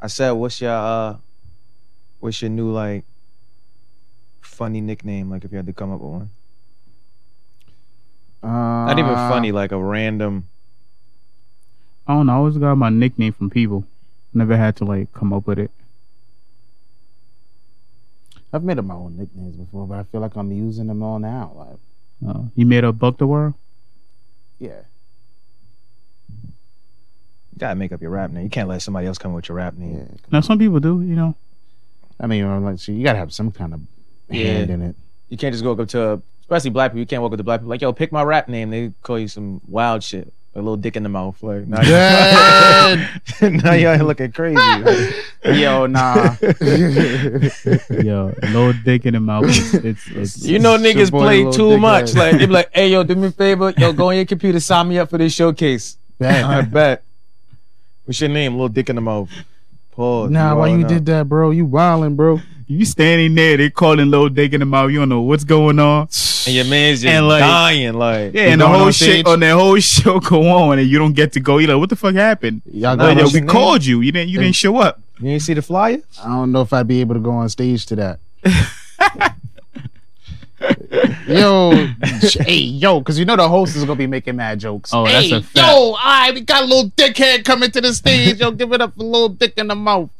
I said, "What's your uh, what's your new like funny nickname? Like if you had to come up with one, Uh, not even funny, like a random." I don't know. I always got my nickname from people. Never had to like come up with it. I've made up my own nicknames before, but I feel like I'm using them all now. Like, Uh, you made up Buck the World. yeah, You gotta make up your rap name. You can't let somebody else come up with your rap name. yeah. Now some people do, you know. I mean, I'm like, so you gotta have some kind of hand Yeah. in it. You can't just go up to, especially black people. You can't walk up to black people like, "Yo, pick my rap name." They call you some wild shit, a little dick in the mouth. Like, nah, you- now y'all looking crazy. Yo, nah. Yo, no dick in the mouth. It's it's, it's You know Your niggas boy play little too dick much. ass. Like they be like, "Hey yo, do me a favor, yo, go on your computer, sign me up for this showcase." I Bad. bet. What's your name? Little dick in the mouth. Pause. Nah, why you wildin' did out. that, bro? You wildin', bro. you standing there. They calling little dick in the mouth. You don't know what's going on. And your man's just And, like- dying. Like, Yeah, and the going whole on shit stage? on that whole show go on, and you don't get to go. You like, what the fuck happened? Y'all Nah, going Like, yo, what's we your name? called you. You didn't. You didn't show up. you ain't see the flyer? I don't know if I'd be able to go on stage to that. yo, hey, yo, because you know the host is gonna be making mad jokes. Oh, that's hey, a fact. yo, all right, we got a little dickhead coming to the stage. Yo, give it up for little dick in the mouth.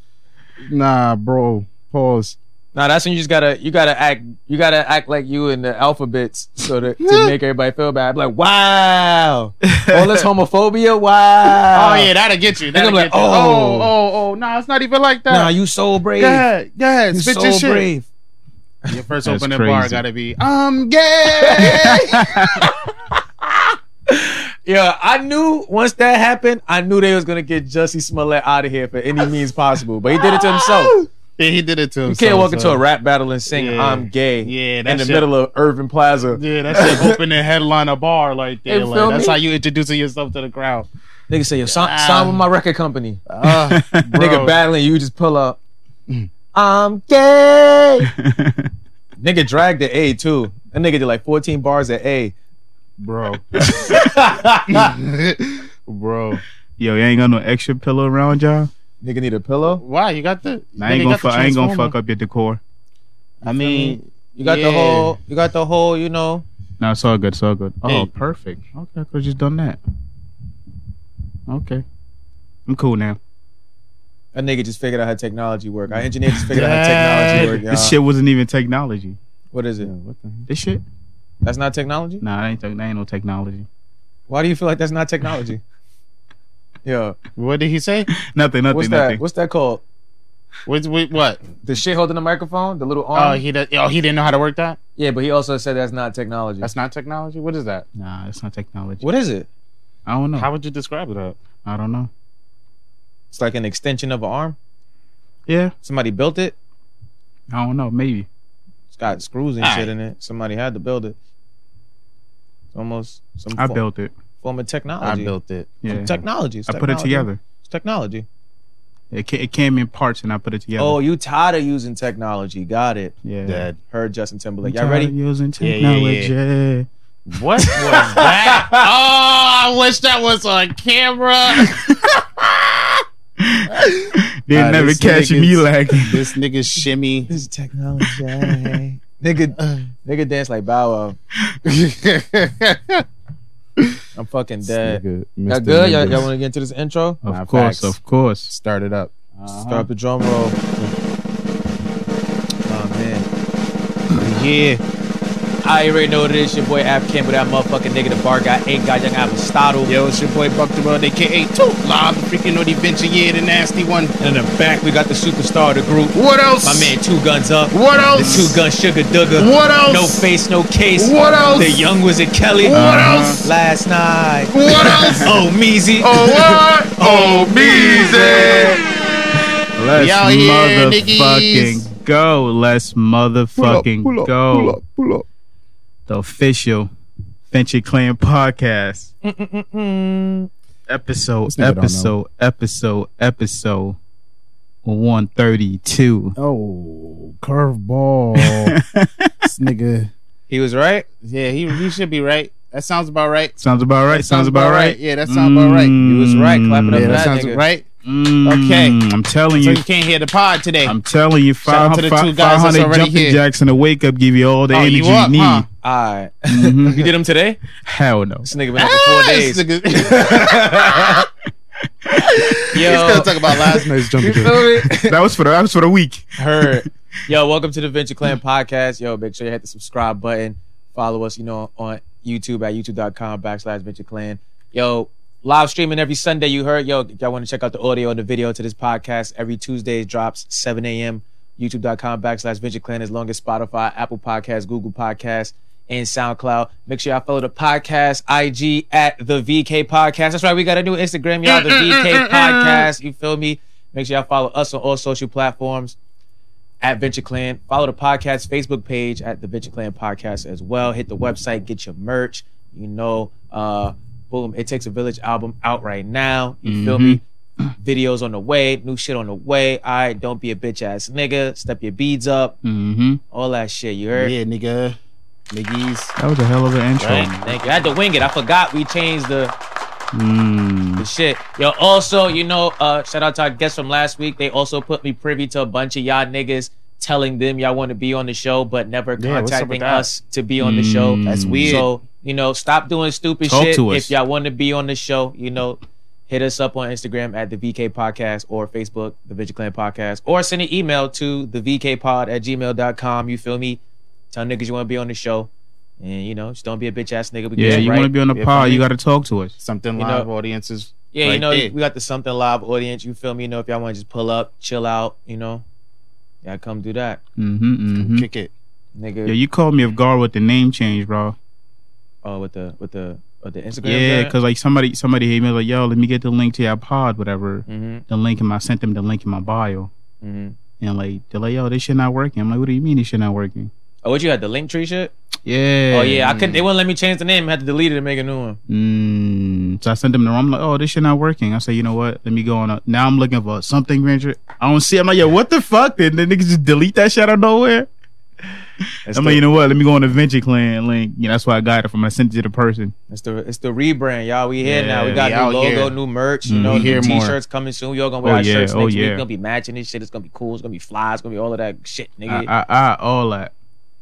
Nah, bro. Pause. Nah, that's when you just gotta you gotta act you gotta act like you in the alphabets so that to make everybody feel bad. like, wow, all this homophobia. Wow. Oh yeah, that'll get you. That'll I'm like, get you. oh. oh, oh, oh, nah, it's not even like that. Nah, you so brave. go ahead, go ahead, You spit so your shit. brave. Your first That's opening bar crazy. gotta be I'm gay. Yeah, I knew once that happened, I knew they was gonna get Jussie Smollett out of here for any means possible. But he did it to himself. yeah, he did it to You himself. can't walk into so- a rap battle and sing Yeah. "I'm gay" Yeah, that in the shit- middle of Irving Plaza. Yeah, that's the opening headline of bar right there. You like, feel that's me? how you introducing yourself to the crowd. Nigga say, "Yo, sign, Ah. sign with my record company." Uh, Nigga battling, you just pull up. I'm gay. nigga dragged the A too. That nigga did like 14 bars at A. bro, bro. Yo, you ain't got no extra pillow around, y'all. Nigga need a pillow. Why you got the? I ain't gonna. Fu- I ain't gonna fuck up your decor. I mean, You got the Mm, Yeah. whole. You got the whole. You know. No, it's all good. It's all good. Oh, Hey. perfect. Okay, I could have just done that. Okay, I'm cool now. That nigga just figured out how technology work. Our engineer just figured out how technology work. This y'all. shit wasn't even technology. What is it? This shit? That's not technology. Nah, that ain't, tech- that ain't no technology. Why do you feel like that's not technology? yeah. what did he say? Nothing. Nothing. What's that? nothing. What's that called? What? What? what? The shit holding the microphone, the little Oh, arm. he did, oh he didn't know how to work that. yeah, but he also said that's not technology. That's not technology. What is that? Nah, it's not technology. what is it? I don't know. How would you describe it? uh? Up? I don't know. It's like an extension of an arm. Yeah, Somebody built it. I don't know. Maybe. It's got screws and All shit right. in it. Somebody had to build it. It's almost some I fo- built it. form of I technology. built it. Some Yeah. Technology. It's I put it technology. together. It's technology. It, ca- it came in parts, and I put it together. Oh, you tired of using technology? Got it. yeah. Dead. Heard Justin Timberlake. Y'all I'm tired ready? of Using Yeah, yeah, technology. yeah. What was that? oh, I wish that was on camera. They Uh, never this catch nigga's- me like. this nigga shimmy. This is technology. Uh. nigga, nigga dance like Bow Wow. I'm fucking dead. Y'all good? Y'all, y'all want to get into this intro? Of Nah, course, facts. of course. start it up? Start the drum roll. Oh man. Yeah. I already know what it is. Your boy Ab Kim with that motherfucking nigga. The bar guy ain't got young Aristotle. Yo, it's your boy Buck the World, aka Two Live, the freaking naughty venture, yeah, the nasty one. And in the back, we got the superstar of the group. What else? My man, two guns up. What The else? two gun sugar dugger. What else? No face, no case. What else? The young wizard Kelly. What else? Last night. What else? Oh, Meezy. Uh-huh. oh what? Oh Beezy. Let's Yo, yeah, motherfucking niggas. go. Let's motherfucking go. pull up. The official Venture Clan podcast. This Episode, nigga don't know. episode, episode, episode 132. Oh, curveball. this nigga. He was right. Yeah, he he should be right. That sounds about right. Sounds about right. That sounds about right. Yeah, that sounds about right. You was right. Clap it up Mm. Yeah, for that that sounds nigga. right. Mm, Okay. I'm telling So you. you can't hear the pod today. I'm telling you, Shout out five to the hundred two guys that's already jumping here. jacks and the wake up give you all the Oh, energy you you, up, need. huh? All right. Mhm. You did them today? Hell no. This nigga been up for four days. Mm-hmm. Ah, This nigga- Yo, we still talk about last night's jumping jacks. That was for the, that was for the week. Heard. Yo, welcome to the Venture Clan podcast. Yo, make sure you hit the subscribe button. Follow us, you know, on YouTube at youtube.com backslash Venture Clan. Yo, live streaming every Sunday. You heard. Yo, if y'all want to check out the audio and the video to this podcast, every Tuesday it drops 7 a.m. YouTube.com backslash Venture Clan as long as Spotify, Apple Podcasts, Google Podcasts, and SoundCloud. Make sure y'all follow the podcast IG at the VK Podcast. That's right. We got a new Instagram, y'all, the VK Podcast. You feel me? Make sure y'all follow us on all social platforms at Venture Clan. Follow the podcast Facebook page at the Venture Clan Podcast as well. Hit the website, get your merch. You know, uh, boom, it takes a village album out right now. You feel me? Videos on the way, new shit on the way. All right, don't be a bitch ass nigga. Step your beads up, Mm-hmm. all that shit. You heard? yeah, nigga. Niggas. That was a hell of an intro. Right? Thank you. I had to wing it. I forgot we changed the, Mm. the shit. Yo, also, you know, uh, shout out to our guests from last week. They also put me privy to a bunch of y'all niggas telling them y'all want to be on the show, but never Yeah, what's up contacting with that? us to be on the show. Mm. That's weird. So, you know, stop doing stupid Talk shit. to us. If y'all want to be on the show, you know, hit us up on Instagram at the VK Podcast or Facebook, the Vigil Clan Podcast, or send an email to the VKpod at gmail.com. You feel me? Tell niggas you want to be on the show. And you know, just don't be a bitch ass nigga. We Yeah, get it you right. want to be on the Yeah, pod? funny. You got to talk to us. Something You live know- audiences. Yeah, you right know, there. we got the something live audience. You feel me? You know, if y'all want to just pull up, chill out, you know, yeah, come do that, Mm-hmm, mm-hmm. Kick it. nigga. Yeah, you called me of guard with the name change, bro. oh, with the with the with the Instagram. Yeah, because like somebody somebody hit me like, yo, let me get the link to your pod, whatever. hmm The link in my I sent them the link in my bio, hmm and like they're like, yo, this shit not working. I'm like, what do you mean this shit not working? Oh, what you had the link tree shit? Yeah. Oh yeah, I could. not They wouldn't let me change the name. I had to delete it and make a new one. Mm, so I sent them the wrong. I'm like, oh, this shit not working. I say, you know what? Let me go on. A, now I'm looking for something, Ranger. I don't see. I'm like, yo, what the fuck? Did the niggas just delete that shit out of nowhere? It's I'm the, like, you know what? Let me go on the Venture Clan link. You know, that's why I got it from. I sent it to the person. it's the it's the rebrand, y'all. We here now. We Yeah, got we new out logo, here. new merch. You Mm, know, we new here more. t-shirts coming soon. Y'all gonna wear Oh, our yeah, shirts oh, next week. yeah. It's gonna be matching this shit. It's gonna be cool. It's gonna be fly. It's gonna be all of that shit, nigga. I, I, I, all that.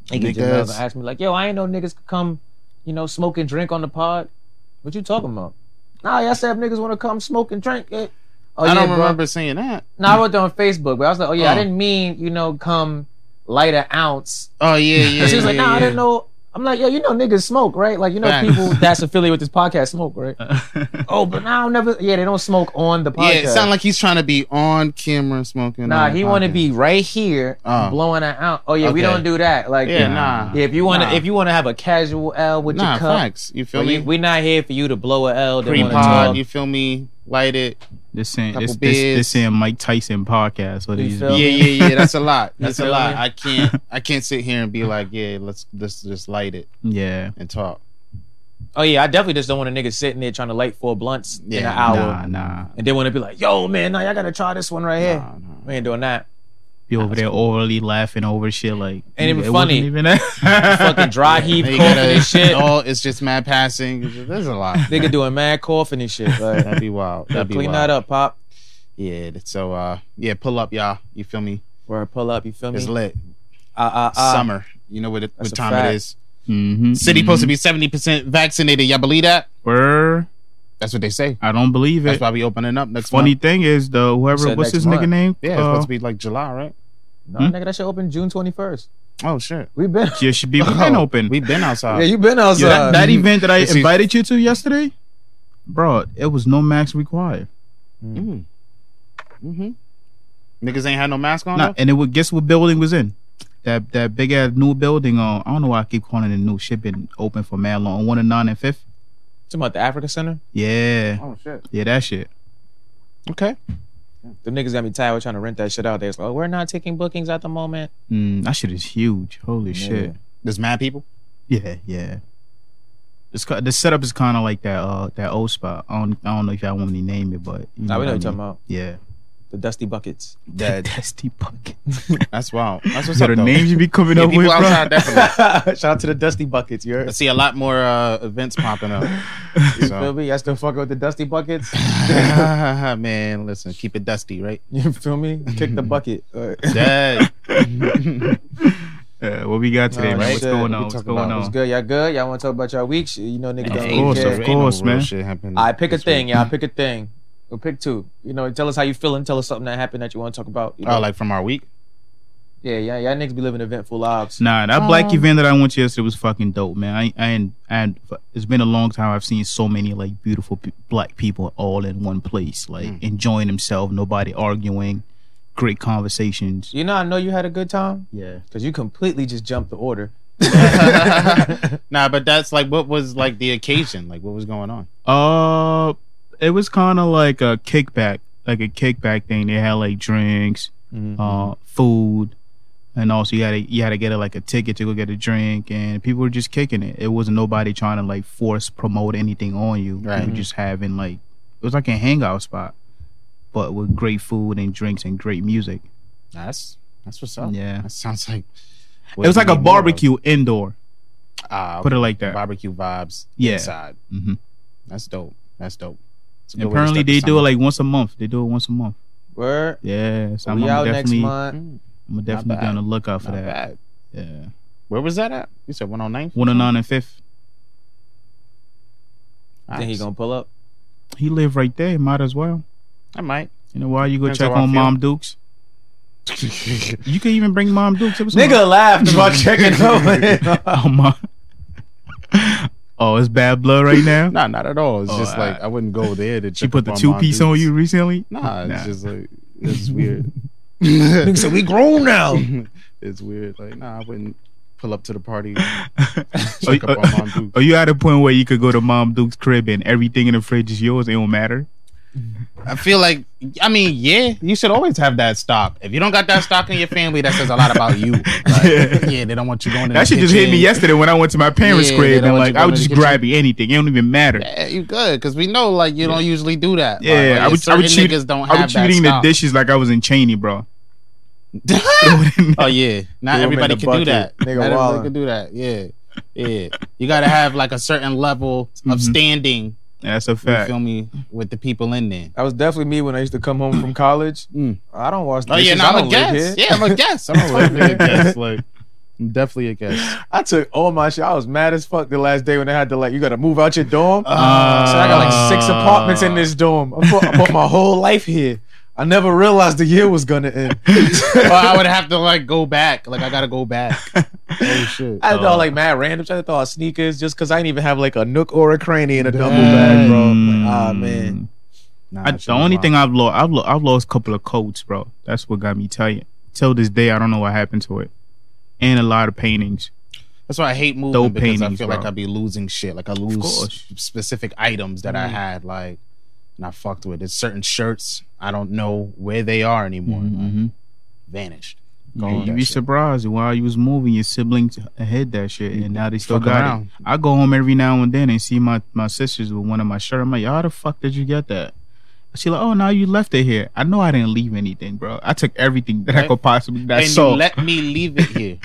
Nigga just Niggas. never asked me like, "Yo, I ain't know niggas could come, you know, smoke and drink on the pod." What you talking about? Nah, y'all said if niggas want to come smoke and drink. eh. Oh, I yeah, don't bro. remember seeing that. Nah, I wrote that on Facebook, but I was like, "Oh yeah, I Oh. didn't mean you know come light an ounce." Oh yeah, yeah. And she was like, yeah, "Nah, I yeah. didn't know." I'm like, "Yo, you know niggas smoke, right? Like you know Facts. people that's affiliated with this podcast smoke, right?" Oh, but now nah, never. Yeah, they don't smoke on the Yeah, podcast. it sounded like he's trying to be on camera smoking. nah, on the he want to podcast. be right here Oh. blowing an ounce. Oh yeah, we Okay. don't do that. Like Yeah, nah. Yeah, if you want to, Nah. if you want to have a casual L with Nah, your cup, facts. You feel Well, you- me? we're not here for you to blow a L. They Pre want to pod. talk. You feel me? Light it. This saying Couple this, this, beers. this saying Mike Tyson podcast. What You he's feel- doing. Yeah, yeah, yeah. That's a lot. You That's a feel lot. me? I can't. I can't sit here and be like, yeah, let's let's just light it Yeah. and talk. Oh yeah, I definitely just don't want a nigga sitting there trying to light four blunts in Yeah, an hour, Nah, nah. and they want to be like, "Yo, man, now y'all gotta try this one right here." Nah, nah. We ain't doing that. Be over there overly laughing over shit like Ain't even it wasn't funny. Even that. Fucking dry heave They coughing gotta- and shit. all- it's just mad passing. It's just- There's a lot. Nigga doing mad coughing and shit. Like, That'd be wild. That'd be clean wild. that up, pop. Yeah. that's- So uh, yeah, pull up, y'all. You feel me? Where I pull up, you feel me? It's lit. Ah, ah, ah. Summer. You know what, it, That's what a time fact. it is. Mhm, City mhm. supposed to be seventy percent vaccinated. Y'all believe that? Brr, That's what they say. Mm-hmm. I don't believe That's it. why we opening up next Funny month. thing is though, whoever said what's next his month. nigga name? Yeah, it's Uh, supposed to be like July, right? No, Hmm? nigga, that shit open June twenty first. Oh shit. We been. Uh, yeah, should be been Oh, open. We've been Yeah, outside. you been outside. Yo, that, that event that I This is- invited you to yesterday, bro, it was no max required. Mm. hmm Niggas ain't had no mask on. Nah, and it would guess what building was in. That that big ass new building on I don't know why I keep calling it new shit been open for mad long. One and nine and fifth. Talking about the Africa Center. Yeah. though? Oh shit. Yeah, that shit. Okay. The niggas got me tired of trying to rent that shit out. They're like, oh, we're not taking bookings at the moment. Mm, that shit is huge. Holy shit. There's mad people. Yeah, yeah. It's ki- the setup is kind of like that uh that old spot. I don't I don't know if y'all want me to name it, but Nah, we you what know I what you're talking mean. about. Yeah, the Dusty Buckets. Dead. Dusty bucket. That's wild. That's what's Is up. that a though. name you be coming Yeah, up people with, bro? outside definitely. Shout out to the Dusty Buckets. You I heard? see a lot more uh, events popping up. You So. feel me? I still fucking with the Dusty Buckets. Man, listen, keep it dusty, right? You feel me? Kick Mm-hmm. the bucket. Alright. Dead. Uh, what we got today, Oh, man? What's shit. going We on? What's talking going about on? What's good? Y'all good? Y'all want to talk about y'all weeks? You know, niggas Of don't course, care. of course, man. I pick a thing, y'all. Pick a thing. We'll pick two. You know, tell us how you feeling. Tell us something that happened that you want to talk about. You know? Oh, like from our week? yeah, yeah, y'all niggas be living eventful lives. Nah, that black Um, event that I went to yesterday was fucking dope, man. I I ain't- I ain't- it's been a long time I've seen so many like beautiful pe- black people all in one place, like Mm. enjoying themselves, nobody arguing, great conversations. You know, I know you had a good time Yeah, because you completely just jumped the order. nah, but that's like what was like the occasion? Like what was going on? Uh, it was kind of like a kickback, like a kickback thing. They had like drinks, uh, food, and also you had to you had to get a, like a ticket to go get a drink, and people were just kicking it. It wasn't nobody trying to like force promote anything on you. Right. You were just having like it was like a hangout spot, but with great food and drinks and great music. That's that's what's up. Yeah, That sounds like it was like a barbecue indoor. Uh, Put it like that. barbecue vibes Yeah. inside. Mhm. That's dope. That's dope. It's a good way to Apparently start the they do it summer. like once a month. They do it once a month. Word. Yeah, so Um, I'm, we I'm out next definitely I'm month. Mm, definitely bad. be on the lookout for not that. bad. Yeah. Where was that at? You said 109? 109 and 5th. Then he gonna pull up. He live right there. Might as well. I might. You know why you go Depends check how I on feel. Mom Dukes? You can even bring Mom Dukes. It was Nigga laughed about checking over. Oh, my. oh, it's bad blood right now? nah, not at all. It's Oh, just I- like I wouldn't go there to she check put the up two my piece on dudes. you recently? Nah, it's Nah. just like it's weird. Nigga said we grown now. it's weird. Like, nah, I wouldn't pull up to the party. Are Check you, up on Mom Dukes. are Oh, you at a point where you could go to Mom Duke's crib and everything in the fridge is yours? It don't matter. I feel like, I mean, yeah, you should always have that stock. If you don't got that stock in your family, that says a lot about you. Like, Yeah. yeah. they don't want you going. in That the shit just hit me kitchen. yesterday when I went to my parents' Yeah, they crib don't and want like you I going was in just the kitchen. grabbing anything. It don't even matter. Yeah, you good because we know like you don't usually do that. Yeah, Like, like, I would- certain I would cheat- niggas don't I have was treating the that dishes like I was in Cheney, bro. dish. oh yeah, not Throw 'em in everybody the can do bucket. that. Nigga not everybody wildin'. can do that. Yeah, yeah. You gotta have like a certain level Mhm. of standing. That's a You fact. feel me with the people in there. That was definitely me when I used to come home from college. Mm. I don't watch. Oh yeah, now no, I'm a guest. Yeah, I'm a guest. I'm Fuck a nigga guest, guest. Like, I'm definitely a guest. I took all my shit. I was mad as fuck the last day when I had to like, you got to move out your dorm. Uh, so I got like six apartments in this dorm. I put, I put my whole life here. I never realized the year was gonna end. well, I would have to like go back. Like, I gotta go back. oh shit. I thought like mad random shit. I thought sneakers just because I didn't even have like a nook or a cranny in a double bag, bro. I'm Like, ah man, Nah, I, that shit the was only wild. thing I've lost, I've, lo- I've lost a couple of coats, bro. That's what got me tight. Till this day, I don't know what happened to it. And a lot of paintings. That's why I hate moving Dope because I paintings, feel like bro. I'd be losing shit. Like I lose course. s- specific items that I Mhm. had, like and I fucked with. There's certain shirts I don't know where they are anymore. Mm-hmm. Like, Mhm. vanished. Yeah, on you Mm-hmm. that be shit. surprised while you was moving, your siblings hid that shit, and now they still Fuck got it. around. I go home every now and then and see my my sisters with one of my shirts. I'm like, how the fuck did you get that? She like, oh, now you left it here. I know I didn't leave anything, bro. I took everything that I could possibly. That I and saw. you let me leave it here.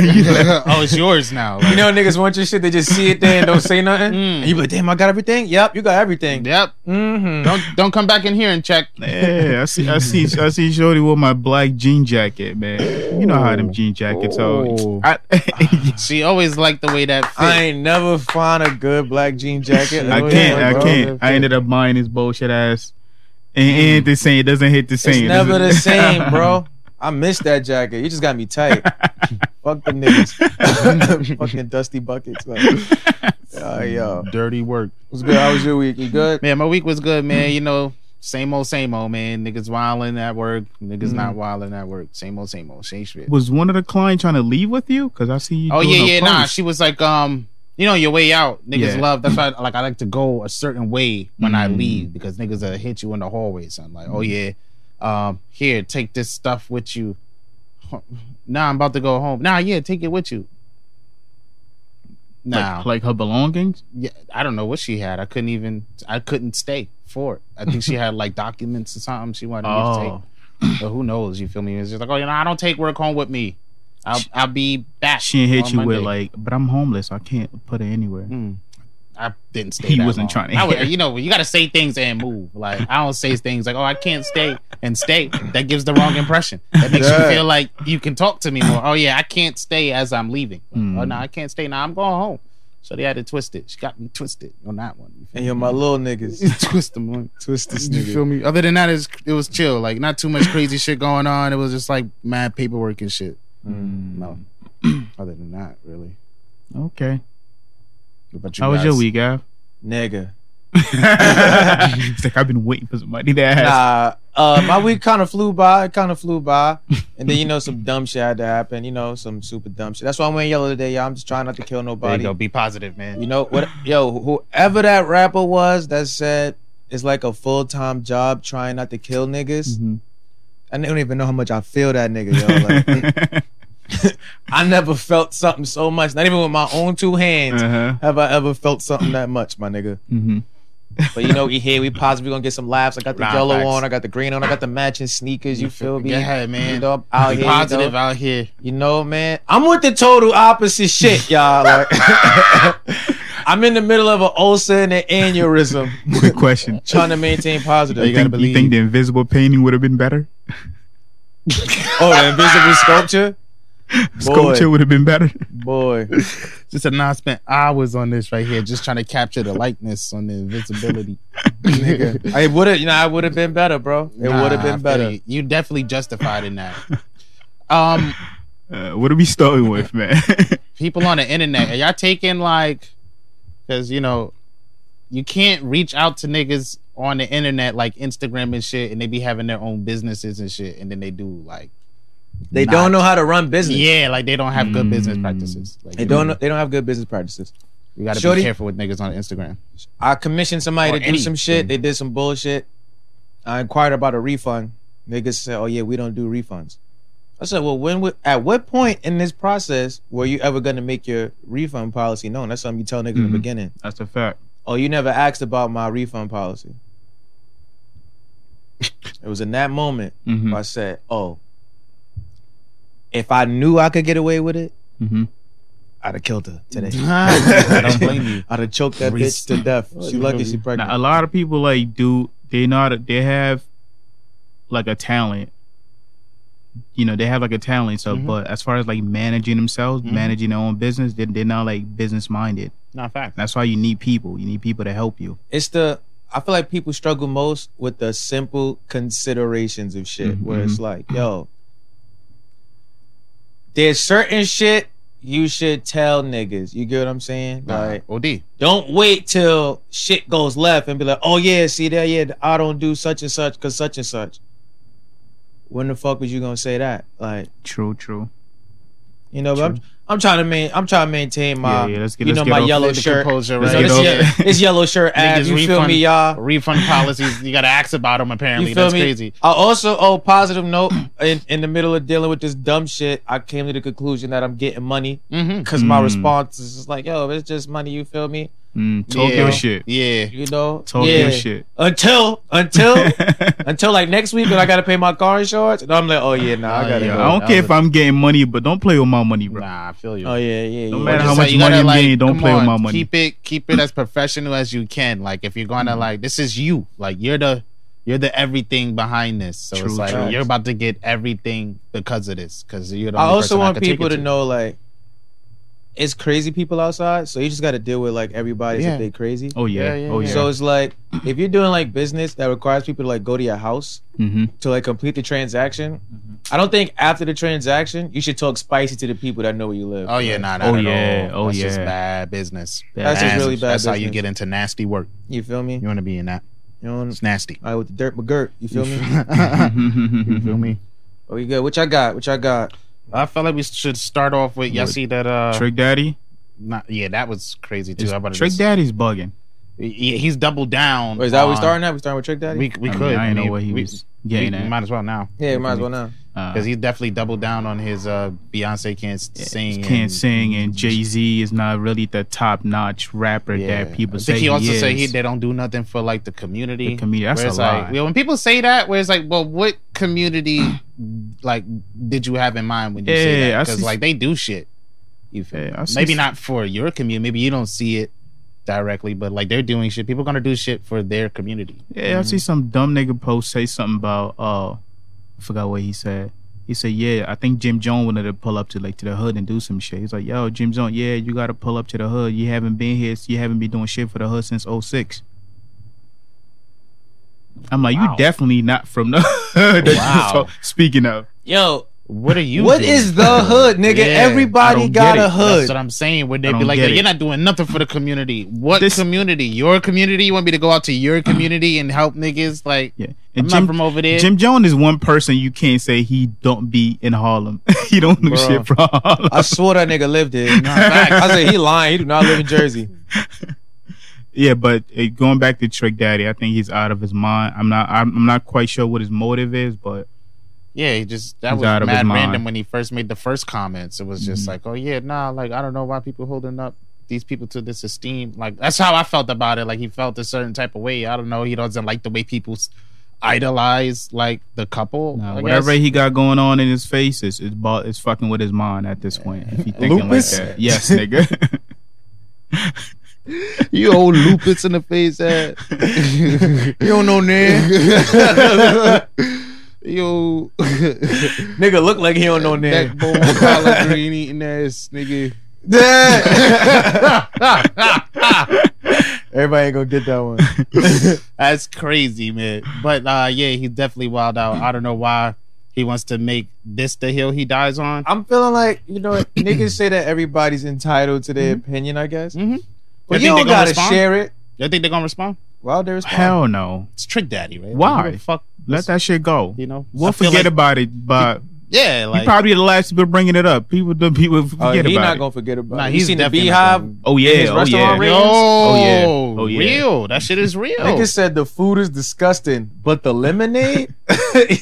You let- oh, it's yours now. Like, you know niggas want your shit. They just see it there and don't say nothing. Mm. And you be like, damn, I got everything. Yep, you got everything. Yep. Mm-hmm. Don't don't come back in here and check. Yeah, I see, I see, I see Shorty with my black jean jacket, man. You know how them jean jackets Ooh. are. I, Oh. She always liked the way that fit. I ain't never find a good black jean jacket. Oh, I can't, I can't. I ended up buying this bullshit ass, and it Mm. ain't the same. It doesn't hit the It's same. never the This is- same, bro. I miss that jacket. You just got me tight. Fuck them niggas. Fucking dusty buckets. Man. Uh, yo, Dirty work. what's good? How was your week? You good? Man, my week was good, man. You know, same old, same old, man. Niggas wildin' at work. Niggas Mm. not wildin' at work. Same old, same old. Same shit. Was one of the client trying to leave with you? Because I see you. Oh yeah, doing a yeah, nah. post. She was like, um, you know, your way out, niggas Yeah. love. That's why, like, I like to go a certain way when I Mm. leave because niggas will hit you in the hallway. So I'm like, oh yeah, um, here, take this stuff with you. Huh. Nah, I'm about to go home. Nah, yeah, take it with you. Nah, Like, like her belongings. yeah, I don't know what she had. I couldn't even. I couldn't stay for it. I think she had like documents or something she wanted me to Oh, take. But who knows? You feel me? It's just like, oh, you know, I don't take work home with me. I'll I'll be back. she didn't hit on you with Monday. like, but I'm homeless. I can't put her anywhere. Mm. I didn't stay. He that wasn't long. trying to I would- hear. you know, you got to say things and move. Like I don't say things like, "Oh, I can't stay and stay." That gives the wrong impression. That makes Yeah. you feel like you can talk to me more. Oh yeah, I can't stay as I'm leaving. Like, Mm. Oh no, I can't stay. Now I'm going home. So they had it twisted. She got me twisted on that one. And yo, my little niggas. twist them one. Twist this You nigga. feel me? Other than that, it's, it was chill. Like not too much crazy shit going on. It was just like mad paperwork and shit. Mm, No, other than that, really. Okay. But How was your week, Av? Nigga. it's like I've been waiting for somebody to ask. Nah, uh, my week kind of flew by. It kind of flew by, and then you know some dumb shit had to happen. You know some super dumb shit. That's why I'm wearing yellow today, y'all. I'm just trying not to kill There nobody. you go. You, Be positive, man. know what? Yo, whoever that rapper was that said it's like a full time job trying not to kill Mm-hmm. niggas. Mhm. I don't even know how much I feel that nigga. Yo, like, I never felt something so much. Not even with my own two Uh. hands uh-huh. have I ever felt something that much, my nigga. hmm Mm-hmm. But you know, we here, we positive, we gonna get some laughs. I got the Nah, yellow facts. on, I got the green on, I got the matching sneakers. You feel me? Yeah, You man. know, I'm out Be here, positive You know, out here. You know, man. I'm with the total opposite shit, y'all. Like, I'm in the middle of an ulcer and an aneurysm, Quick question. trying to maintain positive. You You gotta think, you think believe. the invisible painting would have been better? oh, the invisible sculpture, Sculpture would have been better. boy. Just a I spent hours on this right here, just trying to capture the likeness on the invisibility. Nigga. I would have, you know, I would have been better, bro. It Nah, would have I feel been better. You. You definitely justified in that. Um, Uh, what are we starting with, man? people on the internet, are y'all taking like, because you know, you can't reach out to niggas on the internet like Instagram and shit, and they be having their own businesses and shit, and then they do like, They Nah. don't know how to run business. yeah, like they don't have good business Mm. practices. Like, They don't. know- They don't have good business practices. You gotta Shorty- be careful with niggas on Instagram. I commissioned somebody Or to do some anything. shit. They did some bullshit. I inquired about a refund. Niggas said, "Oh yeah, we don't do refunds." I said, "Well, when? Would, at what point in this process were you ever going to make your refund policy known?" That's something you tell niggas in Mm-hmm. Mhm. the beginning. That's a fact. Oh, you never asked about my refund policy. it was in that moment Mm-hmm. Hmm. where I said, "Oh, if I knew I could get away with it, Mm-hmm. I'd have killed her today. I don't blame you. I'd have choked that bitch to death. She lucky she pregnant." Now, a lot of people like do they not they have like a talent. You know, they have like a talent. So, Mhm. but as far as like managing themselves, Mhm. managing their own business, they, they're not like business minded. Not fact. That's why you need people. You need people to help you. it's the I feel like people struggle most with the simple considerations of shit Mm-hmm. where it's like, yo, there's certain shit you should tell niggas. You get what I'm saying? Like, OD. don't wait till shit goes left and be like, oh yeah, see there, yeah, I don't do such and such cause such and such. When the fuck was you gonna say that? Like, True, true. you know, but I'm, I'm trying to main, I'm trying to maintain my, Yeah, yeah, let's get- you let's know, get my off- yellow the shirt, composure, You know, right? Let's get this, off- ye- this yellow shirt ass. Niggas You feel me, y'all? Refund policies, you gotta ask about them. Apparently, You feel that's me? crazy. I also, oh, positive note, in, in the middle of dealing with this dumb shit, I came to the conclusion that I'm getting money Mm-hmm. because my Mm. response is just like, yo, it's just money. You feel me? Mm, Tokyo yeah. shit. Yeah, Oh. You know? Tokyo Yeah. shit. Until, until, until like next week when I got to pay my car insurance. And I'm like, oh, yeah, nah, I Oh, got to yeah. go. I don't that care was if I'm getting money, but don't play with my money, bro. nah, I feel you. Oh, yeah, yeah. No yeah. matter how Just much you money gotta, I'm getting, don't come play with my money. Mm-hmm. Keep it, keep it as professional as you can. Like if you're gonna like, this is you. Like you're the, you're the everything behind this. So True, it's like true. you're about to get everything because of this. Because you're the. I only also person want could take people to it know, like, it's crazy people outside. So you just got to deal with, like, everybody as Yeah. if they crazy. Oh Yeah, yeah. yeah, oh yeah. yeah. So it's like, if you're doing, like, business that requires people to, like, go to your house, hmm to like complete the transaction. I don't think after the transaction you should talk spicy to the people that know where you live. Oh yeah, nah, not Oh, at yeah, all. oh, that's just yeah. bad business. That's just Nasty. really bad That's how you business. get into nasty work. You feel me? You want to be in that? You know, Mm. It's nasty. all right with the dirt McGirt. You feel me? you feel Mm-hmm. me? Oh, you good? What y'all got? What y'all got? I felt like we should start off with y'all What? see that uh Trick Daddy. not- yeah that was crazy too. Is- How about Trick this? Daddy's bugging. Yeah, he's doubled down. Wait, is that what we on- starting at? We starting with Trick Daddy? Uh, We we I mean, could. I didn't know mean, what he we- was We, getting we at. Uh, might as well now. yeah, might as well now. because he definitely doubled down on his uh, Beyonce can't s- sing. can't and- sing, and Jay Z is not really the top notch rapper Yeah. that people I say think he also is. say he, they don't do nothing for like the community. The community, that's Where a it's like, lie. you know, when people say that, where it's like, well, what community like did you have in mind when you Yeah, say that? I Because see- like they do shit. You feel? me? Yeah, I see- maybe not for your community. Maybe you don't see it directly, but like they're doing shit. People gonna do shit for their community. Yeah, I see some dumb nigga post say something about uh, I forgot what he said. He said, "Yeah, I think Jim Jones wanted to pull up to like to the hood and do some shit." He's like, "Yo, Jim Jones, yeah, you gotta pull up to the hood. You haven't been here. You haven't been doing shit for the hood since 06. I'm like, Wow. you definitely not from the hood. that you Wow. talk- speaking of, Yo, What are you? what doing is for the hood, nigga? Yeah, I Everybody don't got get a it. hood. That's what I'm saying. Where they I be don't like, get "You're it. not doing nothing for the community. What This- community? Your community? You want me to go out to your community and help niggas? Like, yeah, I'm and not Jim, from over there. Jim Jones is one person you can't say he don't be in Harlem. he don't do Bruh. shit from Harlem. I swore that nigga lived there. facts. I said he lying. He do not live in Jersey. Yeah, but uh, going back to Trick Daddy, I think he's out of his mind. I'm not. I'm, I'm not quite sure what his motive is, but yeah, he just that He's was out of his mad mind. Mm-hmm. random when he first made the first comments. It was just like, oh yeah, nah. Like, I don't know why people holding up these people to this esteem. Like, that's how I felt about it. Like, he felt a certain type of way. I don't know. He doesn't like the way people s- idolize like the couple. uh, I whatever guess. he got going on in his face is is, bo- is fucking with his mind at this point. If he thinking Lupus? like that, yes, nigga. you old lupus in the face, eh? ass. You don't know Nan. Yo, that nigga look like he don't know Nan. bowl of collard green eating ass nigga. Everybody ain't gonna get that one. That's crazy, man. But uh, yeah, he's definitely wild out. I don't know why he wants to make this the hill he dies on. I'm feeling like you know niggas say that everybody's entitled to their opinion. I guess, Mhm. but you don't You think they gonna gotta respond? share it. You think they're gonna respond? Well, there's Hell no. It's Trick Daddy, right? Why? Who the fuck? Let that shit go. You know, We'll I feel forget like- about it, but Yeah, you like Oh, probably the last people bringing it up. People, the people forget Uh, about he not it. gonna forget about. Nah, it. he's you seen the definitely beehive? not gonna- oh his yeah, oh restaurant yeah. rate? yo, Oh, yeah. Oh, yeah. real. That shit is real. Niggas said the food is disgusting, but the lemonade,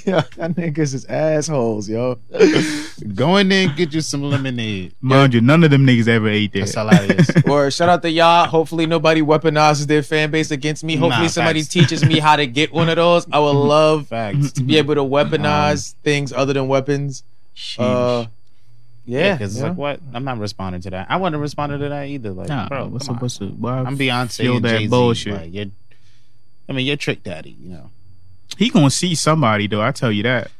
yeah, that niggas is assholes, yo. Go in there and get you some lemonade. Mind you, none of them niggas ever ate there. That's hilarious. Or shout out to y'all. Hopefully nobody weaponizes their fan base against me. Hopefully Nah, somebody facts. teaches me how to get one of those. I would love Facts. to be able to weaponize things other than weapons. Uh, Sheesh. yeah, because yeah. it's like, what? I'm not responding to that. I wouldn't respond to that either. Like, nah, bro, what's come up? on. What's up? Why I'm Beyonce feel and that Jay-Z. bullshit? Like, you're, I mean, you're Trick Daddy. You know, He gonna see somebody though. I tell you that.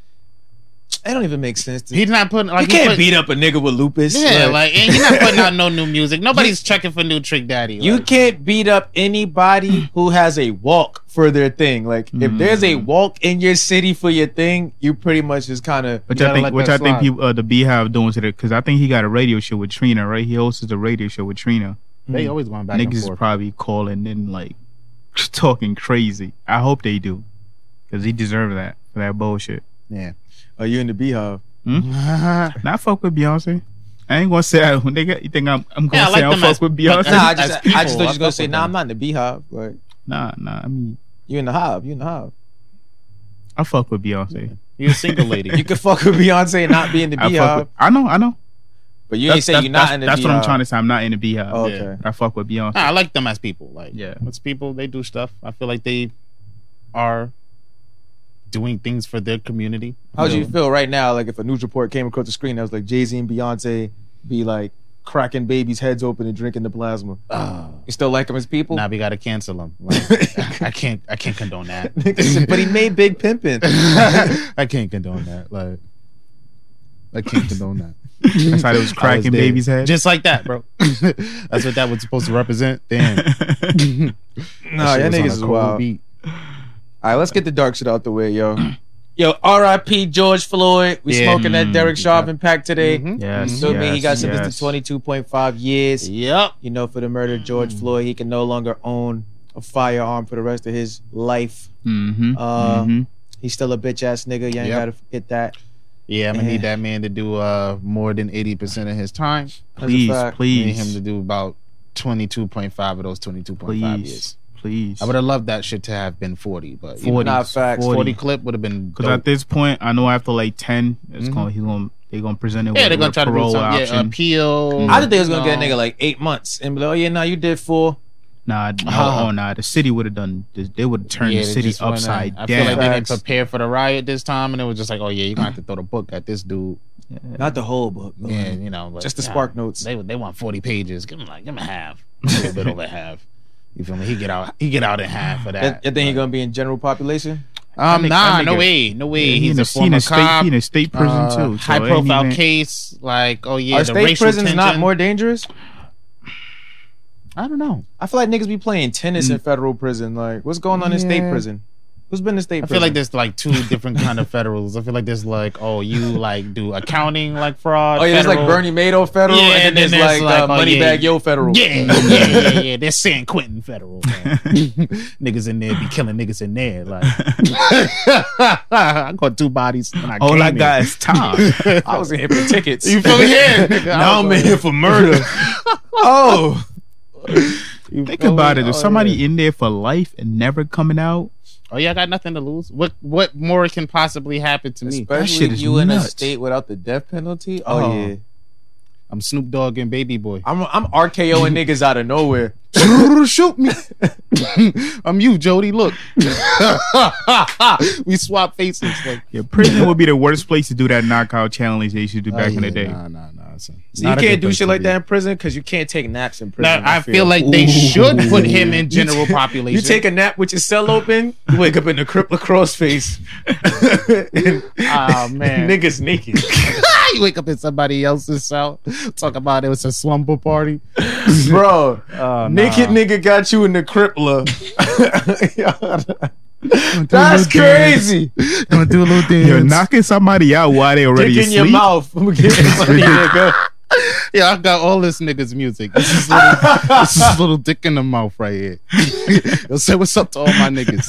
it don't even make sense. To, he's not putting. Like, you he can't put- beat up a nigga with lupus. Yeah, like, and he's not putting out no new music. Nobody's checking for new Trick Daddy. You like, can't beat up anybody who has a walk for their thing. Like Mm. if there's a walk in your city for your thing, you pretty much just kind of Which You I gotta let think, which that I think slide. people, uh, the Beehive doing to the, because I think he got a radio show with Trina, right? He hosts the radio show with Trina. mm. they always going back Niggas and is forth. probably calling and like talking crazy. I hope they do, because he deserves that for that bullshit. yeah. are you in the beehive? Now I fuck with Beyonce. I ain't gonna say I, nigga. You think I'm? I'm gonna Yeah, I say like I don't them fuck as- with like, Beyonce? Nah, I as just people, I just thought you I was gonna fuck say, with nah, them. I'm not in the beehive, but nah, nah. I mean, you in the hive, you in the hive. I fuck with Beyonce. You're a single lady. You could fuck with Beyonce and not be in the I fuck beehive, with. I know. I know. but you ain't say you're not in the That's beehive. what I'm trying to say. I'm not in the Beehive. Oh, yeah. okay. I fuck with Beyonce. Nah, I like them as people. Like, Yeah. it's people. They do stuff. I feel like they are doing things for their community. How would you Yeah. feel right now? Like if a news report came across the screen that was like Jay Z and Beyonce be like cracking babies' heads open and drinking the plasma. Ah. You still like him as people? Now we gotta cancel them. I can't. I can't condone that. but he made big pimpin'. I can't condone that. Like, I can't condone that. That's how it was I cracking there. baby's head. just like that, bro. That's what that was supposed to represent. Damn, That Nah, that shit was on niggas a is cold wild. beat. All right, let's get the dark shit out the way, yo. yo, R.I.P. George Floyd. We Yeah. smoking that Mm, Derek Chauvin pack today. Mhm. Yes, So me, he got yes, sentenced yes. to 22.5 years. Yep. You know, for the murder of George Floyd, he can no longer own a firearm for the rest of his life. Mm-hmm. Uh, hmm He's still a bitch ass nigga. You ain't Yep. gotta forget that. Yeah, I'm gonna Yeah. need that man to do uh more than eighty percent of his time. a Please, fact. I need him please, to do about twenty two point five of those twenty two point five Please. years. please. I would have loved that shit to have been 40, but you know, 40, Nah, facts. 40, 40. clip would have been. Because dope. at this point, I know after like ten, it's Mhm. going. He's going. They're going to present it. yeah, with, they're gonna with try to do parole something. Yeah, option. appeal. Mm. I didn't think it was gonna you get a know. nigga like eight months and be like, oh yeah, nah, you did four. Nah, no, Uh-huh. oh nah. The city would have done. This. They would have turned Yeah, the they city just wanna- upside I feel down. like they didn't Facts. prepare for the riot this time, and it was just like, oh yeah, you're gonna have to throw the book at this dude. Not the whole book. but Yeah, you know, but, Just the nah, spark notes. They they want 40 pages. Give him like give him half, a little bit over half. You feel me? He get out. He get out in half for You that. you think he gonna be in general population? Um, That nah, nigga- that no nigga- way, no way. Yeah, he he's in a a, he in former a state. cop. He in a state prison uh, too. so high it ain't profile even- case. Like, oh yeah, Are the state racial prisons tension. not more dangerous? I don't know. I feel like niggas be playing tennis Mm. in federal prison. Like, what's going on in state Yeah. prison? Who's been in state I prison? feel like there's like two different kind of federals. I feel like there's like, oh, you like do accounting like fraud. Oh yeah, there's like federal. Bernie Madoff federal, Yeah, and then there's, like, uh, oh, yeah, Moneybag Yo federal. Yeah, yeah, yeah, yeah. They're San Quentin federal. man. niggas in there be killing niggas in there. Like, I got two bodies. When I All came I here. got is time. I was in here for tickets. You feel me? Yeah, nigga, I now was I'm like- in here for murder. oh, You Think feel about me? it. If Oh, somebody yeah. in there for life and never coming out, Oh yeah, I got nothing to lose. What what more can possibly happen to me? especially shit is you in a nuts. state without the death penalty. Oh, Oh. yeah, I'm Snoop Dogg and Baby Boy. I'm I'm RKOing niggas out of nowhere. Shoot me. I'm you, Jody. Look. we swap faces like yeah, prison would be the worst place to do that knockout challenge they used to do back in the day. Oh, Nah, nah, nah. So So you can't do shit like that in prison because you can't take naps in Now, prison. I feel like they Ooh. should put him in You general t- population. you take a nap with your cell open, you wake up in a cripple crossface. and, Ah, Oh, man. niggas naked. you wake up in somebody else's cell. Talk about it was a slumber party. Bro, nah. naked nigga got you in the crippler. That's little dance. crazy. Gonna do a little dance. You're knocking somebody out while they already Dick in asleep. your mouth. I'm giving money, nigga. Yeah, I got all this niggas music. This is little, this is little dick in the mouth right here. Yo, say what's up to all my niggas.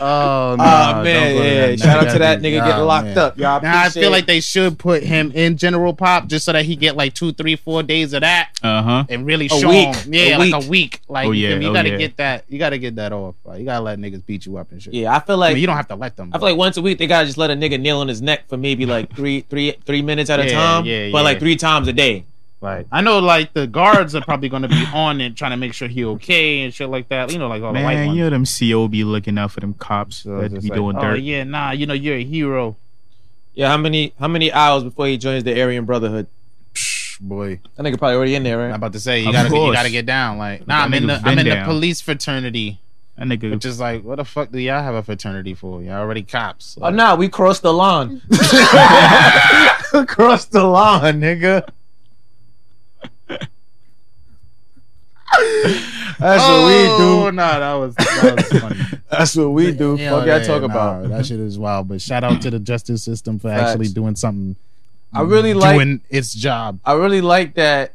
Oh oh man, yeah. Shout out to that nigga getting locked up. Y'all Now I feel appreciate like they should put him in general pop just so that he get like two, three, four days of that Uh huh. and really A show week. him. A Yeah, like week. a week. Like Oh, you yeah, feel me? you oh, gotta yeah. get that. You gotta get that off. Like, you gotta let niggas beat you up and shit. Yeah, I feel I like mean, you don't have to let them. I feel like once a week they gotta just let a nigga kneel on his neck for maybe like three, three, three minutes at a Yeah, time, yeah, but like yeah. three times a day. Like I know, like the guards are probably going to be on it, trying to make sure he okay and shit like that. You know, like all the white Man, ones. you know them CO be looking out for them cops So it's that just be like, doing Oh dirt. yeah, nah, you know you're a hero, Yeah, how many, how many hours before he joins the Aryan Brotherhood? boy. That nigga probably already in there, I'm right? about to say you Of gotta be, you course. gotta get down. Like nah, I'm in the nigga's I'm been in the down. police fraternity, That nigga, which is like, what the fuck do y'all have a fraternity for? Y'all already cops. Oh Like, nah, we crossed the line. crossed the line, nigga. That's oh, what we do. Nah, that was that was funny. That's what we do. Yeah, Fuck y'all yeah, talk nah, about. that shit is wild. But shout out to the justice system for Facts. actually doing something, I really like doing its job. I really like that.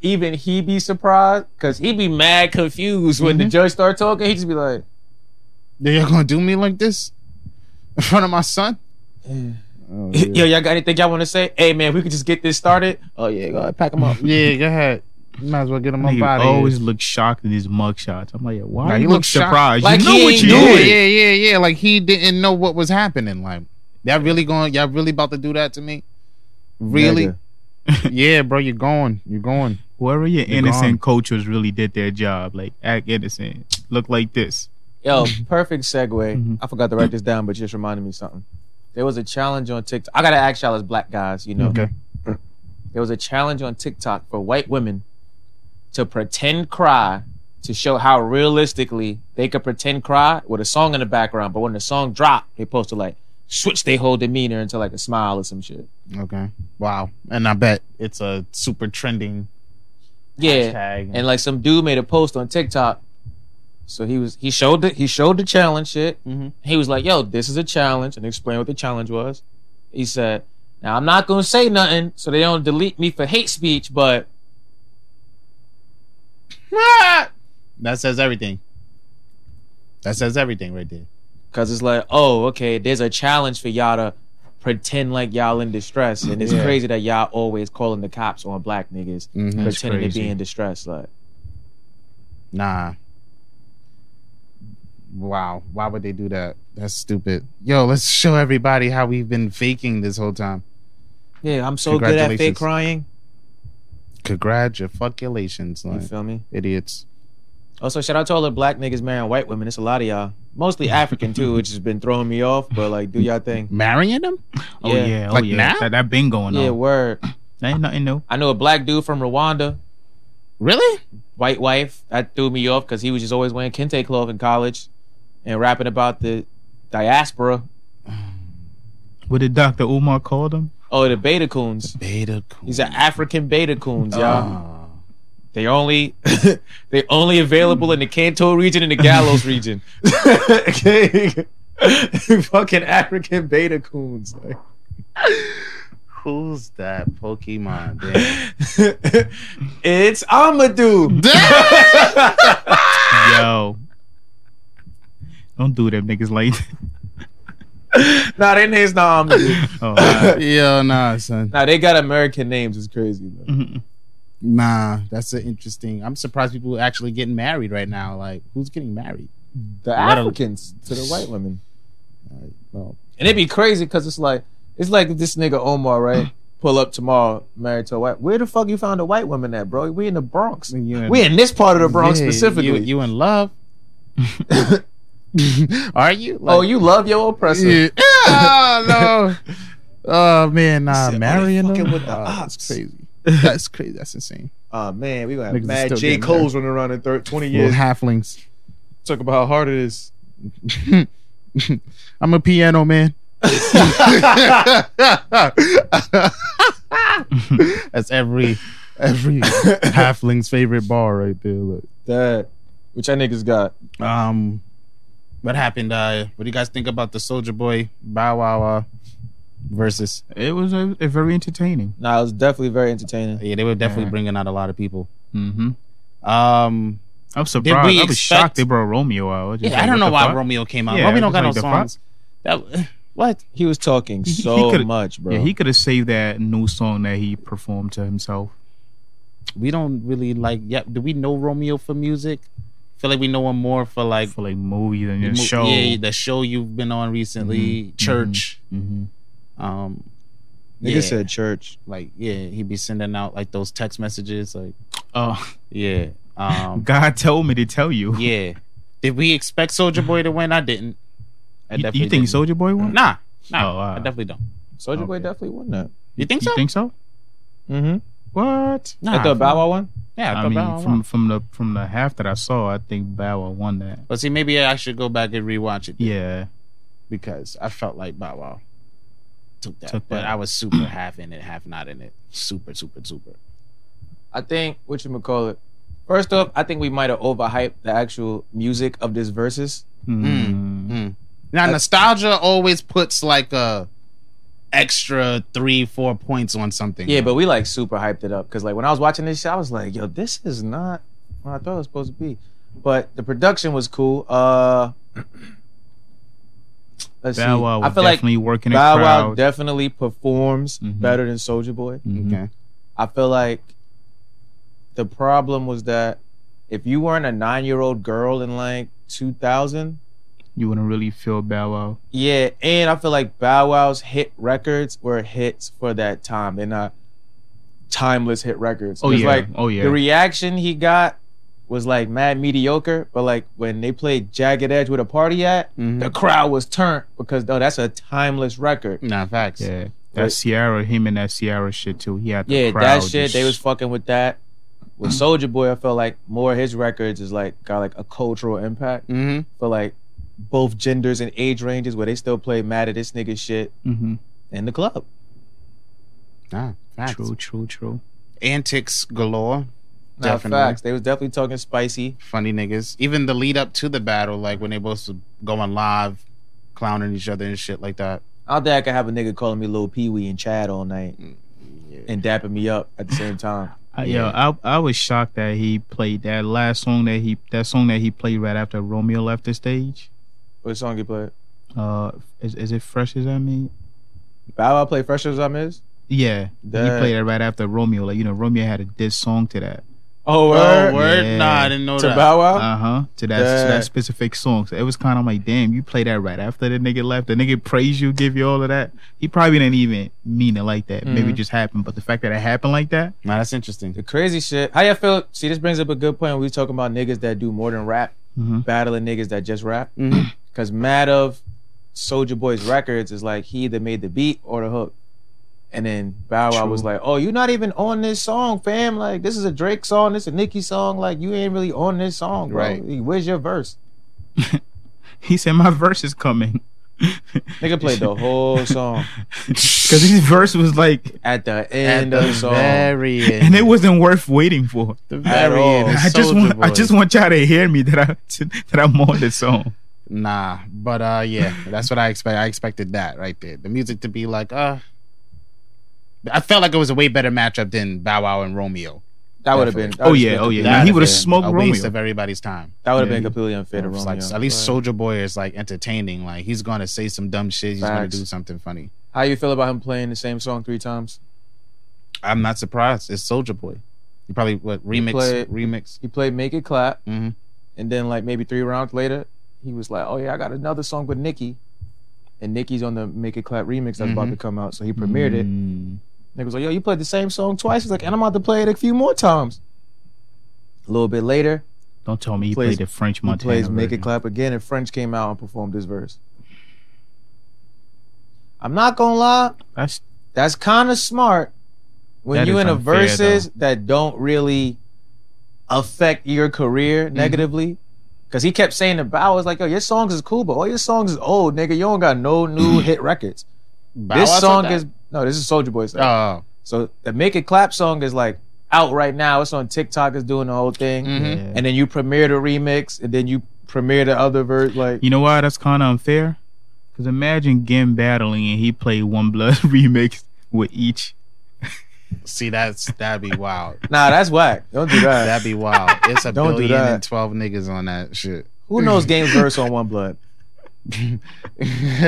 Even he be surprised because he be mad confused when the Mhm. judge start talking. He just be like, They're gonna do me like this in front of my son. Oh, yeah. "Yo, y'all got anything y'all want to say? Hey, man, we could just get this started. Oh yeah, go ahead, pack him up. Yeah, go ahead. You might as well get him that up nigga out of always here. look shocked in his mugshots. I'm like, why Nah, you he look looks shocked. surprised? Like, you know he what ain't you do Yeah, it. did. yeah, yeah, yeah. Like he didn't know what was happening. Like y'all really going? Y'all really about to do that to me? Really? yeah, bro. You're going. You're going. Whoever your They're gone. innocent coach was really did their job. Like, act innocent. Look like this. Yo, perfect segue. Mhm. I forgot to write this down, but you just reminded me of something. There was a challenge on TikTok. I gotta ask y'all as black guys, you know. Okay. There was a challenge on TikTok for white women to pretend cry to show how realistically they could pretend cry with a song in the background. But when the song dropped, they posted like switch their whole demeanor into like a smile or some shit. Okay. Wow. And I bet it's a super trending Yeah. tag. And like some dude made a post on TikTok. So he was he showed the he showed the challenge shit. Mhm. He was like, "Yo, this is a challenge," and explained what the challenge was. He said, "Now I'm not gonna say nothing, so they don't delete me for hate speech, but that says everything. That says everything right there. because it's like, oh, okay, there's a challenge for y'all to pretend like y'all in distress, and it's Yeah. crazy that y'all always calling the cops on black niggas Mhm. That's pretending to be crazy. in distress. Like, Nah. Wow. Why would they do that? That's stupid. Yo, let's show everybody how we've been faking this whole time. yeah, I'm so good at fake Congratulations. crying. Congratulations, You like feel me? idiots. Also, shout out to all the black niggas marrying white women. It's a lot of y'all, mostly African too, which has been throwing me off. But like, do y'all thing? Marrying them? Oh Yeah. yeah, oh Like yeah. now? That that been going Yeah, on. word. That ain't nothing new. I know a black dude from Rwanda, Really? white wife. That threw me off because he was just always wearing kente cloth in college and rapping about the diaspora. What did Dr. Umar call them? Oh, the beta coons. Beta cool. These are African beta coons, y'all. Uh. Oh. They only they only available in the Kanto region and the Gallows region. okay. Fucking African beta coons. Like, Who's that Pokemon? Damn. it's Amadou. Yo. Don't do them niggas like that. nah, their name's not Amadou. Oh, all right. Yo, nah, son. Nah, they got American names. It's crazy. Though. Mhm. Nah, that's an interesting. I'm surprised people actually getting married right now. Like, who's getting married? The Let 'em- Africans to the white women. Well, And it'd be crazy because it's like it's like this nigga Omar, right? Pull up tomorrow, married to a white. Where the fuck you found a white woman at, bro? We in the Bronx. You in- We in this part of the Bronx yeah, specifically. You, you in love? Are you? oh, you love your oppressor. Yeah. Oh no. Oh man, nah, said, "Oh, marrying they fucking them. with the Oh, ox." that's crazy. That's crazy. That's insane. Oh man, we gonna Niggas have is mad still J getting Cole's running around in thir- twenty years. Little halflings. Talk about how hard it is. I'm a piano man. That's every every halfling's favorite bar right there. Look. That which I niggas got. Um, what happened? Uh, what do you guys think about the Soldier Boy Bow Wow uh, versus? It was a, a very entertaining. Nah, it was definitely very entertaining. Yeah, they were definitely Yeah. bringing out a lot of people. Mm-hmm. Um, I'm surprised. I was expect- shocked they brought Romeo out. was just yeah, like, I don't what know the why fuck? Romeo came out. Yeah, Romeo I don't was got no like, the fuck? songs. That what? He was talking He- he so coulda- much, bro. Yeah, he could have saved that new song that he performed to himself. We don't really like. Yeah, do we know Romeo for music? feel like we know him more for like for like movies and the your mo- show. Mm-hmm. Yeah, the show you've been on recently, Church. hmm Um, Nigga yeah. said church. like yeah, he be sending out like those text messages. Like Oh, yeah, um, God told me to tell you. Yeah. Did we expect Soldier Boy to win? I didn't. I you, you think Soldier Boy won? didn't. Nah, nah. Oh, wow. I definitely don't. Soulja Boy Okay. definitely won that. You think You so? think so? Mm-hmm. What? Nah, I thought Bow Wow won. Yeah, I I, thought mean, Bow Wow from won. from the from the half that I saw, I think Bow Wow won that. But see, maybe I should go back and rewatch it Yeah, because I felt like Bow Wow took that, Took but that. I was super half in it, half not in it. Super, super, super. I think what you call it. First off, I think we might have overhyped the actual music of this versus. Mm. Mm. Now, I- nostalgia always puts like a extra three, four points on something. Yeah, but we like super hyped it up because like when I was watching this shit, I was like, yo, this is not what I thought it was supposed to be. But the production was cool. Uh let's Bow see. Wow I was feel like definitely working a Bow Wow crowd. definitely performs Mhm. better than Soldier Boy. Mhm. okay. I feel like the problem was that if you weren't a nine year old girl in like 2000, You wouldn't really feel Bow Wow. Yeah, and I feel like Bow Wow's hit records were hits for that time. They're not timeless hit records. Oh 'Cause, yeah, like oh yeah. the reaction he got was like mad mediocre, but like when they played Jagged Edge with a party at, the Mhm. crowd was turned because oh, that's a timeless record. Nah, facts. yeah, that Right. Sierra, him and that Sierra shit too. He had the Yeah, crowd that shit, they was just- fucking with that. With Soldier Boy, I felt like more of his records is like got like a cultural impact Mm-hmm. for like both genders and age ranges where they still play mad at this nigga shit Mhm. in the club. Nah, facts. True, true, true. Antics galore. Nah, Definitely. facts. They was definitely talking spicy. funny niggas. Even the lead up to the battle, like when they both were going live, clowning each other and shit like that. I don't think I could have a nigga calling me Lil Pee Wee and Chad all night Yeah. and dapping me up at the same time. I, Yeah. Yo, I I was shocked that he played that last song that he that song that he played right after Romeo left the stage. What song you play? Uh, is is it Fresh as I mean? Bow Wow played Fresh as I Miss. Yeah, That- he played it right after Romeo. Like you know, Romeo had a diss song to that. Oh, Oh, word. word? Yeah. Nah, I didn't know To that. Bow Wow. Uh huh. To that, to Dang. that specific song. So it was kind of like, damn, you play that right after the nigga left. The nigga praise you, give you all of that. He probably didn't even mean it like that. Maybe it Mhm. just happened. But the fact that it happened like that, nah, that's interesting. The crazy shit. How y'all feel? See, this brings up a good point. We was talking about niggas that do more than rap, Mhm. battling niggas that just rap. Mm-hmm. Mhm. Because mad of Soldier Boy's records is like he either made the beat or the hook. And then Bow Wow True. was like, "Oh, you're not even on this song, fam. Like this is a Drake song, this is a Nicki song. Like you ain't really on this song, bro. Right. Where's your verse?" he said, my verse is coming. Nigga played the whole song Because his verse was like, at the At end the of the song. very end. uh, and it wasn't worth waiting for. the At very all. end. I just Soulja want, I Boy. just want y'all to hear me that I that I'm on this song. Nah, but uh, yeah, that's what I expect. I expected that right there. The music to be like, uh, I felt like it was a way better matchup than Bow Wow and Romeo. That would have been. that Oh was yeah, good. oh yeah. That Now, he would have been smoked a Romeo. waste of everybody's time. That would have been Yeah. completely unfair to It's Romeo. like, at least Soldier Boy is like entertaining. Like he's gonna say some dumb shit. He's gonna Facts. do something funny. How you feel about him playing the same song three times? I'm not surprised. It's Soldier Boy. You probably what remix play- remix. He played "Make It Clap," Mhm. and then like maybe three rounds later, he was like, "Oh yeah, I got another song with Nicki," and Nicki's on the "Make It Clap" remix that's about Mhm. Mm-hmm. to come out. So he premiered it. Mm. Nigga was like, "Yo, you played the same song twice." He's like, "And I'm about to play it a few more times." A little bit later, Don't tell me he plays- played the French he Montana. plays "Make It version. Clap" again, and French came out and performed this verse. I'm not gonna lie, That's That's kind of smart when That you is in a unfair, verses that don't really affect your career negatively. Cause he kept saying to Bow was like, "Yo, your songs is cool, but all your songs is old, nigga. You don't got no new hit records. Bow Wow This said song that? is no, this is Soldier Boy's. song. Oh, So the Make It Clap song is like out right now. It's on TikTok. It's doing the whole thing. mhm. yeah. And then you premiere the remix, and then you premiere the other verse. Like You know why that's kind of unfair? Because imagine Gim battling and he played One Blood remix with each. see that's that'd be wild. nah, that's whack. Don't do that. That'd be wild. It's a Don't do billion that. and twelve niggas on that shit. Who knows Game's verse on One Blood?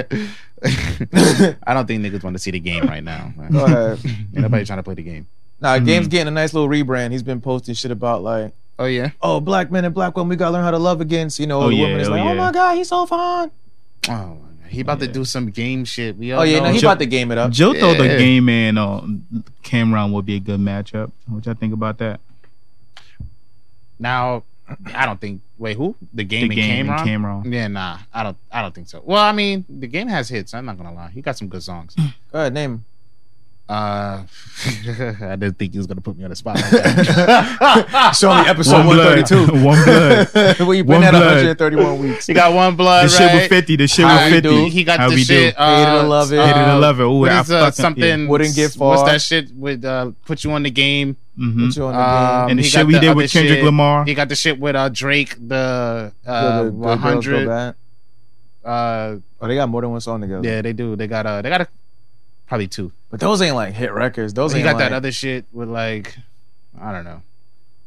I don't think niggas want to see the game right now. man. Go ahead. Ain't nobody trying to play the game. Nah, Mhm. Game's getting a nice little rebrand. He's been posting shit about like, Oh yeah. oh, black men and black women, we gotta learn how to love again. So you know, Oh, the yeah, woman is oh, like, oh yeah. my god, he's so fine. Oh, my God. he about to Yeah. do some game shit. We all Oh yeah, know. no, he Joe- about to game it up. Joe thought the Yeah. game man on Cameron would be a good matchup. What y'all think about that? now, I don't think. Wait, who? The game, and The game Cameron? and Cameron. Yeah, nah. I don't. I don't think so. Well, I mean, the game has hits. I'm not gonna lie. He got some good songs. Go ahead, name him. Uh, I didn't think he was gonna put me on the spot. Like that. Show me episode One Ah, one blood. thirty two. One blood. Where you been One at one blood. hundred and thirty one weeks? he got one The blood. shit right? with 50. The shit How with we 50. do? He got How the we shit. do. Uh, Hated or love it. Hated uh, to love it. Ooh, what I is, uh, fucking- yeah. something? Wouldn't get What's far. that shit with uh, put you on the game? Mhm. Put you on the Um, game. And the he shit got we the did other with Kendrick shit. Lamar. He got the shit with uh, Drake, the Yo, uh, the good girls go 100. bad. Uh, Oh, they got more than one song together. yeah, they do. They got uh, they got a, probably two. But those ain't like hit records. Those He ain't got like, that other shit with like, I don't know,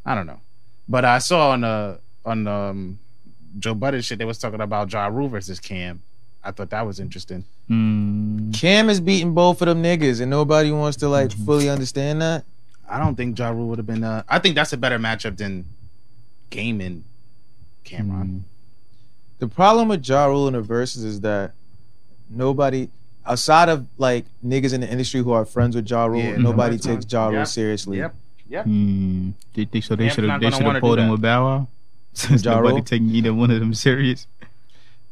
I don't know. But I saw on uh on um Joe Budden shit they was talking about Ja Rule versus Cam. I thought that was interesting. Mm. Cam is beating both of them niggas, and nobody wants to like fully understand that. I don't think Ja Rule would have been. Uh, I think that's a better matchup than Game and Cameron. The problem with Ja Rule and the verses is that nobody outside of like niggas in the industry who are friends with Ja Rule, Yeah, nobody nobody's takes gonna- Ja Rule Yep. seriously. Yep. Yeah. Mm. They think so. They Cam's should have. not They gonna should wanna have do pulled him that. with Bow Wow. Since Ja nobody Rule? taking either one of them serious.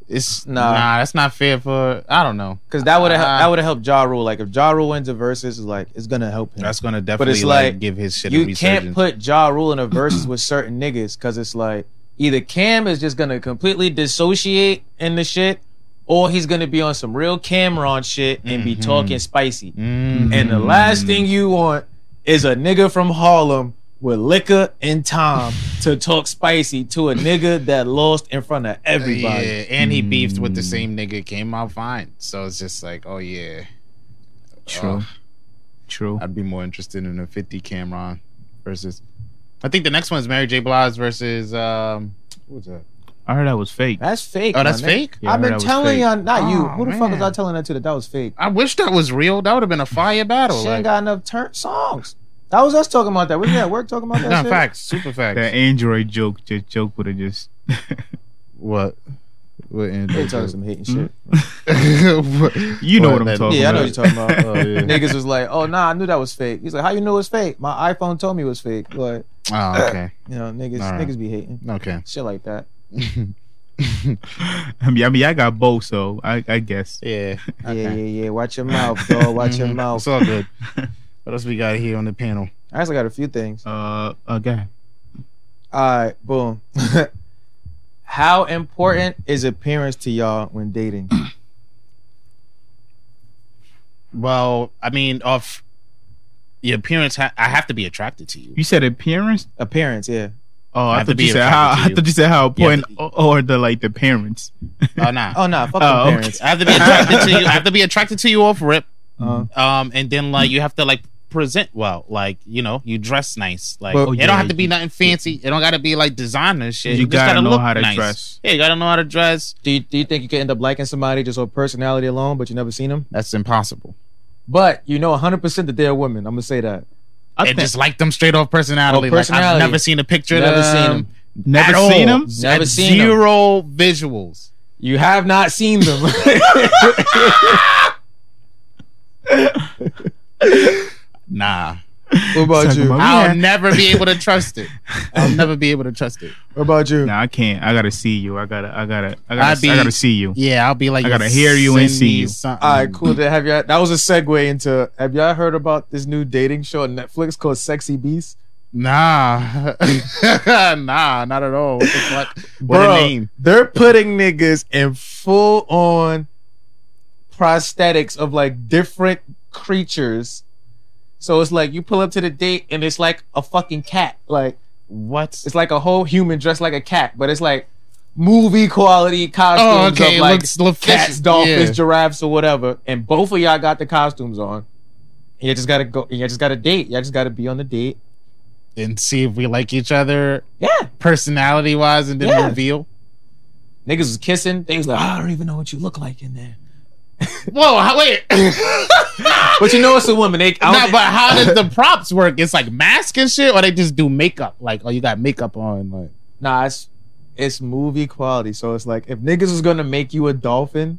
It's Nah. nah. nah, that's not fair for. I don't know. Cause that would have Ah. that would have helped Ja Rule. Like if Ja Rule wins a versus, it's like it's gonna help him. That's gonna definitely it's like, like, give his shit. a you can't resurgence. put Ja Rule in a versus with certain niggas because it's like either Cam is just gonna completely dissociate in the shit, or he's gonna be on some real Cameron shit and be Mhm. talking spicy. Mm. And the last thing you want is a nigga from Harlem with liquor and time to talk spicy to a nigga that lost in front of everybody. Yeah, and he beefed with the same nigga, came out fine. So it's just like, oh yeah, True. Oh, True. I'd be more interested in a 50 Cameron versus. I think the next one's Mary J. Blige versus um, who was that? I heard that was fake. That's fake. Oh, that's my nigga. fake? Yeah, I I've heard been that was telling fake. y'all, not you. Oh, Who the fuck was man. I telling that to? That that was fake. I wish that was real. That would have been a fire battle. She like- ain't got enough turn songs. That was us talking about that. Wasn't that work talking about that? Nah, shit? facts, super facts. That Android joke, just joke would have just. What? What They Android? talking some hating shit. Mm-hmm. You know what I'm talking Yeah, I know about. what you're talking about. Oh, yeah. Niggas was like, "Oh nah, I knew that was fake." He's like, "How you knew it was fake?" My iPhone told me it was fake. But Oh, okay. you know, niggas, All right. niggas be hating Okay. shit like that. I mean, I mean, I got both, so I, I guess. yeah. Okay. Yeah, yeah, yeah. Watch your mouth, dog. Watch your Mm-hmm. Mhm. mouth. It's all good. What else we got here on the panel? I actually got a few things. Uh, okay. All right, boom. How important is appearance to y'all when dating? Well, I mean, of your appearance, ha- I have to be attracted to you. You said appearance. Appearance, yeah. Oh, I I, have to thought be you said attracted how. to I you. thought you said how important, Yeah. o- or the like the parents. Oh, nah. Oh nah, fuck Oh, the okay. parents. I have to be attracted to you. I have to be attracted to you off rip. Uh, Um, and then like you have to like present well. Like you know, you dress nice. Like Well, it Oh, yeah, don't have to be you- nothing fancy. It don't got to be like designer shit. You just gotta know look how to dress. Yeah, you gotta know how to dress. do you do you think you could end up liking somebody just on personality alone, but you never seen them? That's impossible. But you know 100% that they're a woman. I'm gonna say that. I and just like them straight off personality. Oh, Like, I've personality. never seen a picture. Never of seen them. 'em. never at seen all. them. Never At seen 'em. zero visuals. You have not seen them. Nah, what about you? Talking What about- I'll Yeah. never be able to trust it. I'll never be able to trust it. about you? Nah, I can't. I gotta see you. I gotta. I gotta. I I'd gotta. be- I gotta see you. Yeah, I'll be like, I gotta yo, hear you and send see me you. something. All right, cool. Then Have y'all, that was a segue into have y'all heard about this new dating show on Netflix called Sexy Beast? Nah, nah, not at all. What the fuck? What Bro, a name. They're putting niggas in full on prosthetics of like different creatures. So it's like you pull up to the date and it's like a fucking cat. Like What? it's like a whole human dressed like a cat, but it's like movie quality costumes Oh, of okay. It like looks, looks cats, dolphins, Yeah. giraffes, or whatever, and both of y'all got the costumes on. And you just gotta go. You just gotta date. You all just gotta be on the date. and see if we like each other Yeah, personality wise, and then Yeah. reveal. niggas was kissing. They was like, I don't even know what you look like in there. Whoa, how, wait. But you know it's a woman. They, I don't Nah, think- but how does the props work? It's like mask and shit, or they just do makeup? Like, oh, you got makeup on. Like, nah, it's it's movie quality. So it's like if niggas was gonna make you a dolphin,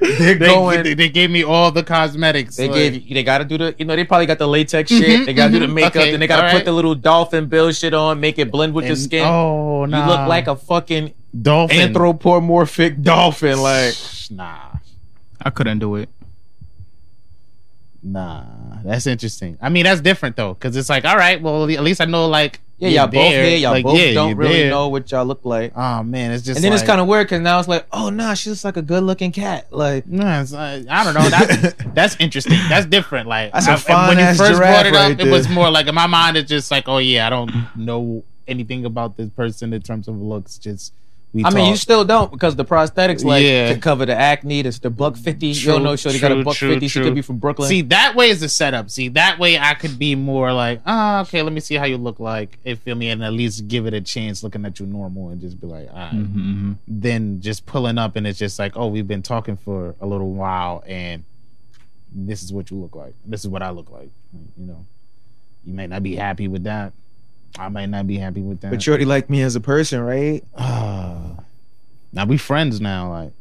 they, going- they, they gave me all the cosmetics. they like- gave you. They gotta do the. You know, they probably got the latex shit. Mhm, they gotta do the mhm. makeup. Okay, then they gotta all put right. the little dolphin bill shit on, make it blend with your and- skin. Oh, You nah. look like a fucking dolphin. anthropomorphic dolphin. Like nah, I couldn't do it. nah. That's interesting. I mean, that's different though, because it's like, all right, well, at least I know, like, Yeah, you're y'all both there. here. Y'all Like, both yeah, don't you're really there. know what y'all look like. Oh man, it's just. and then like, it's kind of weird because now it's like, oh nah, she's just like a good looking cat. Like Nah, it's, uh, I don't know. That's, that's interesting. That's different. Like That's a I- fine when you ass first giraffe brought it up, right it was there. more like in my mind. It's just like, oh yeah, I don't know anything about this person in terms of looks. Just we. I mean, you talk. still don't because the prosthetics like Yeah. to cover the acne. It's the buck fifty. you True, don't know, shorty got a true, buck true, fifty. She true. could be from Brooklyn. see that way is the setup. See that way, I could be more like, ah, okay, let me see how you look like. If feel me, and at least give it a chance looking at you normal, and just be like, all right. Mm-hmm. Then just pulling up, and it's just like, oh, we've been talking for a little while, and this is what you look like. This is what I look like. You know, you may not be happy with that. I might not be happy with that. but you already like me as a person, right? Ah. now we friends now, like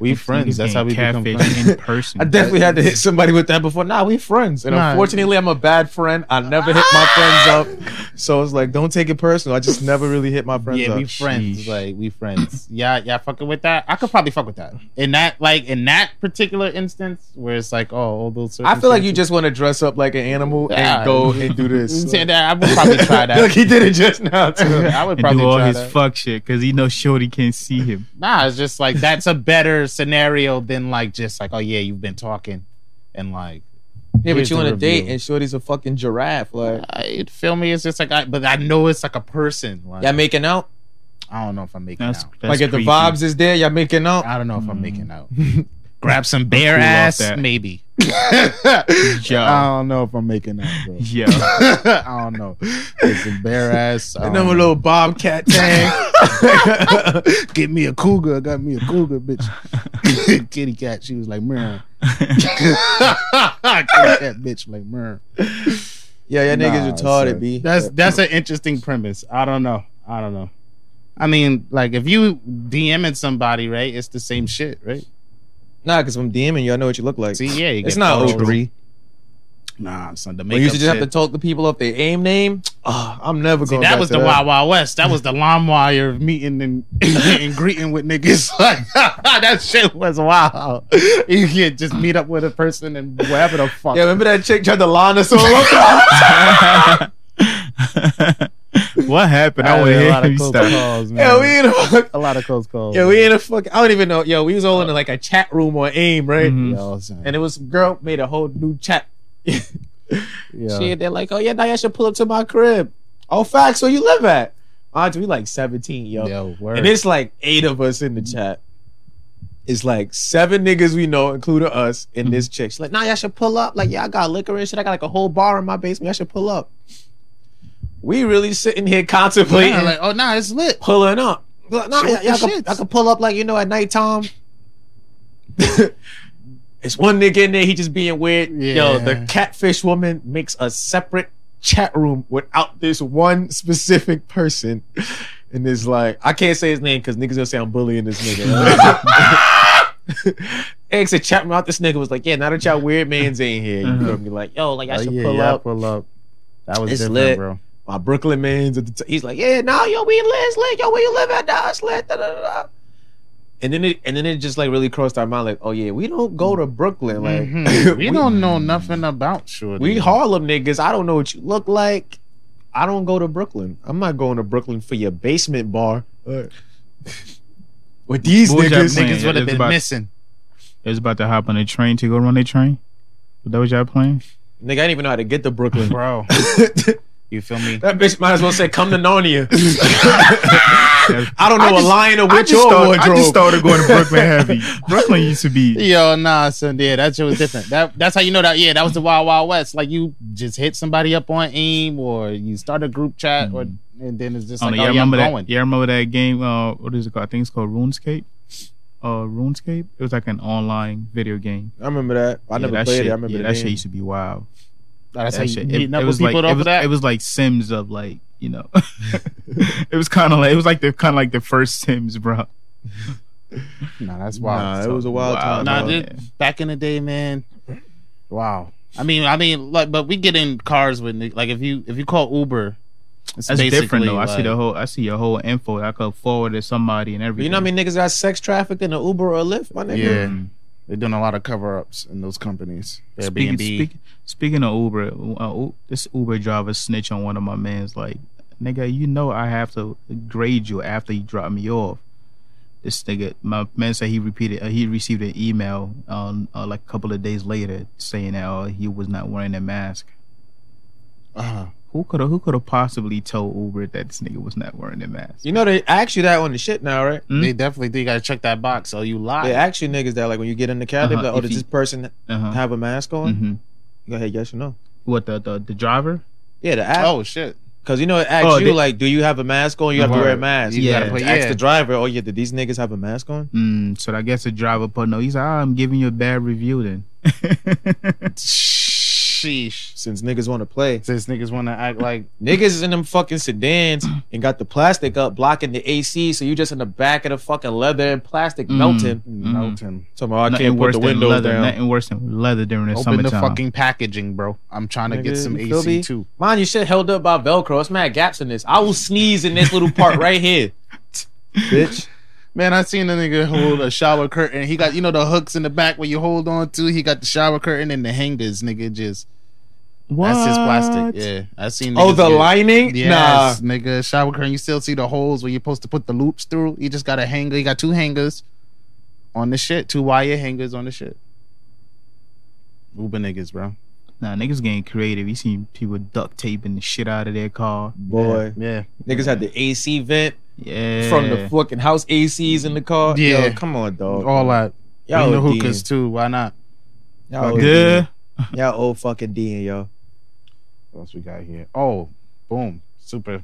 we friends. Friends. That's how we become catfish friends. in person. I definitely had to hit somebody with that before. Nah, we friends, and Nah. unfortunately, I'm a bad friend. I never hit my friends up, so it's like, don't take it personal. I just never really hit my friends yeah, up. we friends. Sheesh. Like we friends. yeah, yeah. Fucking with that, I could probably fuck with that. In that, like in that particular instance, where it's like, oh, all those. I feel like you circumstances- just want to dress up like an animal Yeah. and go and do this. Yeah, that- I would probably try Look, that. he did it just now too. I would and probably do all try his that. fuck shit because he knows Shorty can't see him. nah, it's just like that's a better scenario than like just like, oh yeah, you've been talking, and like. Yeah, Here's but you the on a date review. and Shorty's a fucking giraffe. Like, I feel me. It's just like I, but I know it's like a person. Like y'all making out? I don't know if I'm making That's, out. that's like, if creepy. the vibes is there, y'all making out? I don't know if I'm Mm. making out. Grab some bare cool off ass, that. maybe. Yo. I don't know if I'm making that, bro. Yo. I don't know. It's a bare ass. I And don't I'm a know. little bobcat tang. Get me a cougar. I got me a cougar, bitch. Kitty cat. She was like, man. Kitty cat bitch, like, man. yeah, y'all niggas Nah, retarded, son. b. That's that's an interesting premise. I don't know. I don't know. I mean, like if you DMing somebody, right? It's the same shit, right? nah, because I'm DMing you, I know what you look like. See, yeah, you it's get not photos. 03. Nah, son. The When makeup you used to just shit. have to talk to people off their aim name. Ah, I'm never See, going. that back was to the Wild Wild West. That was the LimeWire of meeting and, and greeting with niggas. Like that shit was wild. You can just meet up with a person and whatever the fuck. Yeah, remember that chick tried to line us all up? what happened? I, I want had to a hear lot him of close stop. calls, man. yeah, we in a a lot of close calls. yeah, we in a fuck. I don't even know. Yo, we was all in like a chat room on AIM, right? Mhm. Yo, son. And it was some girl made a whole new chat. Yeah. Shit, they're like, oh yeah, now you should pull up to my crib. Oh, facts, where you live at? Auntie, we like 17, yo. Yo, word. Mm-hmm. And it's like eight of us in the chat. It's like seven niggas we know, including us, in Mm-hmm. this chick. She's like, nah, y'all should pull up. Like, yeah, I got liquor and shit. I got like a whole bar in my basement. I should pull up. We really sitting here contemplating Yeah, like, oh nah, it's lit. pulling up. Like, nah, Shit, y'all, what y'all the can, shits? y'all can pull up like you know at nighttime. it's one nigga in there. He just being weird. Yo, Yeah. the catfish woman makes a separate chat room without this one specific person, and it's like I can't say his name because niggas gonna say I'm bullying this nigga. It's a chat room out. This nigga was like, "Yeah, now that y'all weird man's in here, you feel me? Like, yo, like I should Uh-huh. Oh, yeah, pull yeah, up. pull up. That was It's different, lit. bro. my uh, Brooklyn man's at the t- he's like, yeah, no, yo, we lit, lit, yo, where you live at, dog, it's lit, da, da, da, da. And then it and then it just like really crossed our mind, like, oh yeah, we don't go to Brooklyn, like Mm-hmm. Mhm. we don't know nothing about sure. we Harlem niggas. I don't know what you look like. I don't go to Brooklyn. I'm not going to Brooklyn for your basement bar with these What was y'all niggas. playing? niggas would It's have been about- missing. They was about to hop on a train to go run their train. That was y'all playing? Nigga, I didn't even know how to get to Brooklyn. Bro, that you feel me? bitch might as well say, "Come to Narnia." That's- I don't know I a just- lion or I witch just, or started, wardrobe. I just started going to Brooklyn heavy. Brooklyn used to be. Yo, nah, son, yeah, that shit was different. That that's how you know that. Yeah, that was the Wild Wild West. Like you just hit somebody up on AIM, or you start a group chat, or and then it's just Oh, like, no, yeah, oh, I yeah, I'm remember that. going. Yeah, I remember that game. Uh, what is it called? I think it's called RuneScape. Uh, RuneScape. It was like an online video game. I remember that. I Yeah, never that played shit, it. I remember the yeah, that name. shit used to be wild. That's That how you shit- meeting up with was people like it over was, that. it was like Sims of like you know. it was kind of like it was like the kind of like the first Sims, bro. nah, that's wild. Nah, it So- was a wild Wow, time. Nah, dog. yeah. dude, back in the day, man. Wow. I mean, I mean, like, but we get in cars with ni- like if you if you call Uber, it's That's different basically, though. I see like- the whole I see your whole info. I could forward to somebody and everything. You know how many niggas got sex trafficked in an Uber or a Lyft, my nigga? Yeah, Mm. they're doing a lot of cover ups in those companies. Speaking, Airbnb. speak, speaking of Uber, uh, U- this Uber driver snitch on one of my man's like, nigga, you know I have to grade you after you drop me off. This nigga, my man said he repeated, uh, he received an email um, uh, like a couple of days later saying that uh, he was not wearing a mask. Uh-huh. Who could have, who could have possibly told Uber that this nigga was not wearing a mask? You know they ask you that on the shit now, right? Hmm? They definitely do. You gotta check that box. Oh, you lie. They ask you niggas that like when you get in the cab, they be Uh-huh, like, "Oh, if does he- this person Uh-huh. have a mask on?" hmm You go ahead, yes or no. What the the, the driver? Yeah, the app, Oh shit. because you know it asks Oh, you they- like, "Do you have a mask on?" You have to wear a mask. You You Yeah. gotta have put to ask yeah. the driver, "Oh yeah, did these niggas have a mask on?" Mm, so I guess the driver put no. He's like, "Ah, I'm giving you a bad review then. Sheesh. Since niggas want to play, Since niggas want to act like niggas is in them fucking sedans and got the plastic up blocking the AC, so you just in the back of the fucking leather and plastic Mm. melting. Melton. So I nothing can't put worse the than windows leather. down. Nothing worse than leather during the Open summertime. the fucking packaging, bro. I'm trying to get Nigga, some you feel AC me? too. Mind you, shit held up by Velcro. It's mad gaps in this. I will sneeze in this little part right here. Bitch. Man, I seen a nigga hold a shower curtain. He got you know the hooks in the back where you hold on to. He got the shower curtain and the hangers. Nigga just what? that's his plastic. Yeah, I seen. Oh, niggas the get- lining? Yes, nigga, shower curtain. You still see the holes where you're supposed to put the loops through. You just got a hanger. You got two hangers on the shit, two wire hangers on the shit. Uber niggas, bro. Nah, niggas getting creative. You seen people duct taping the shit out of their car. Nah. Boy. yeah. Niggas had the AC vent Yeah. from the fucking house ACs in the car. Yeah. Yo, come on, dog. all out. Y'all Bring the ODing. hookers too. Why not? Y'all old Yeah. D. Y'all old fucking D, yo. What else we got here? Oh, boom. Super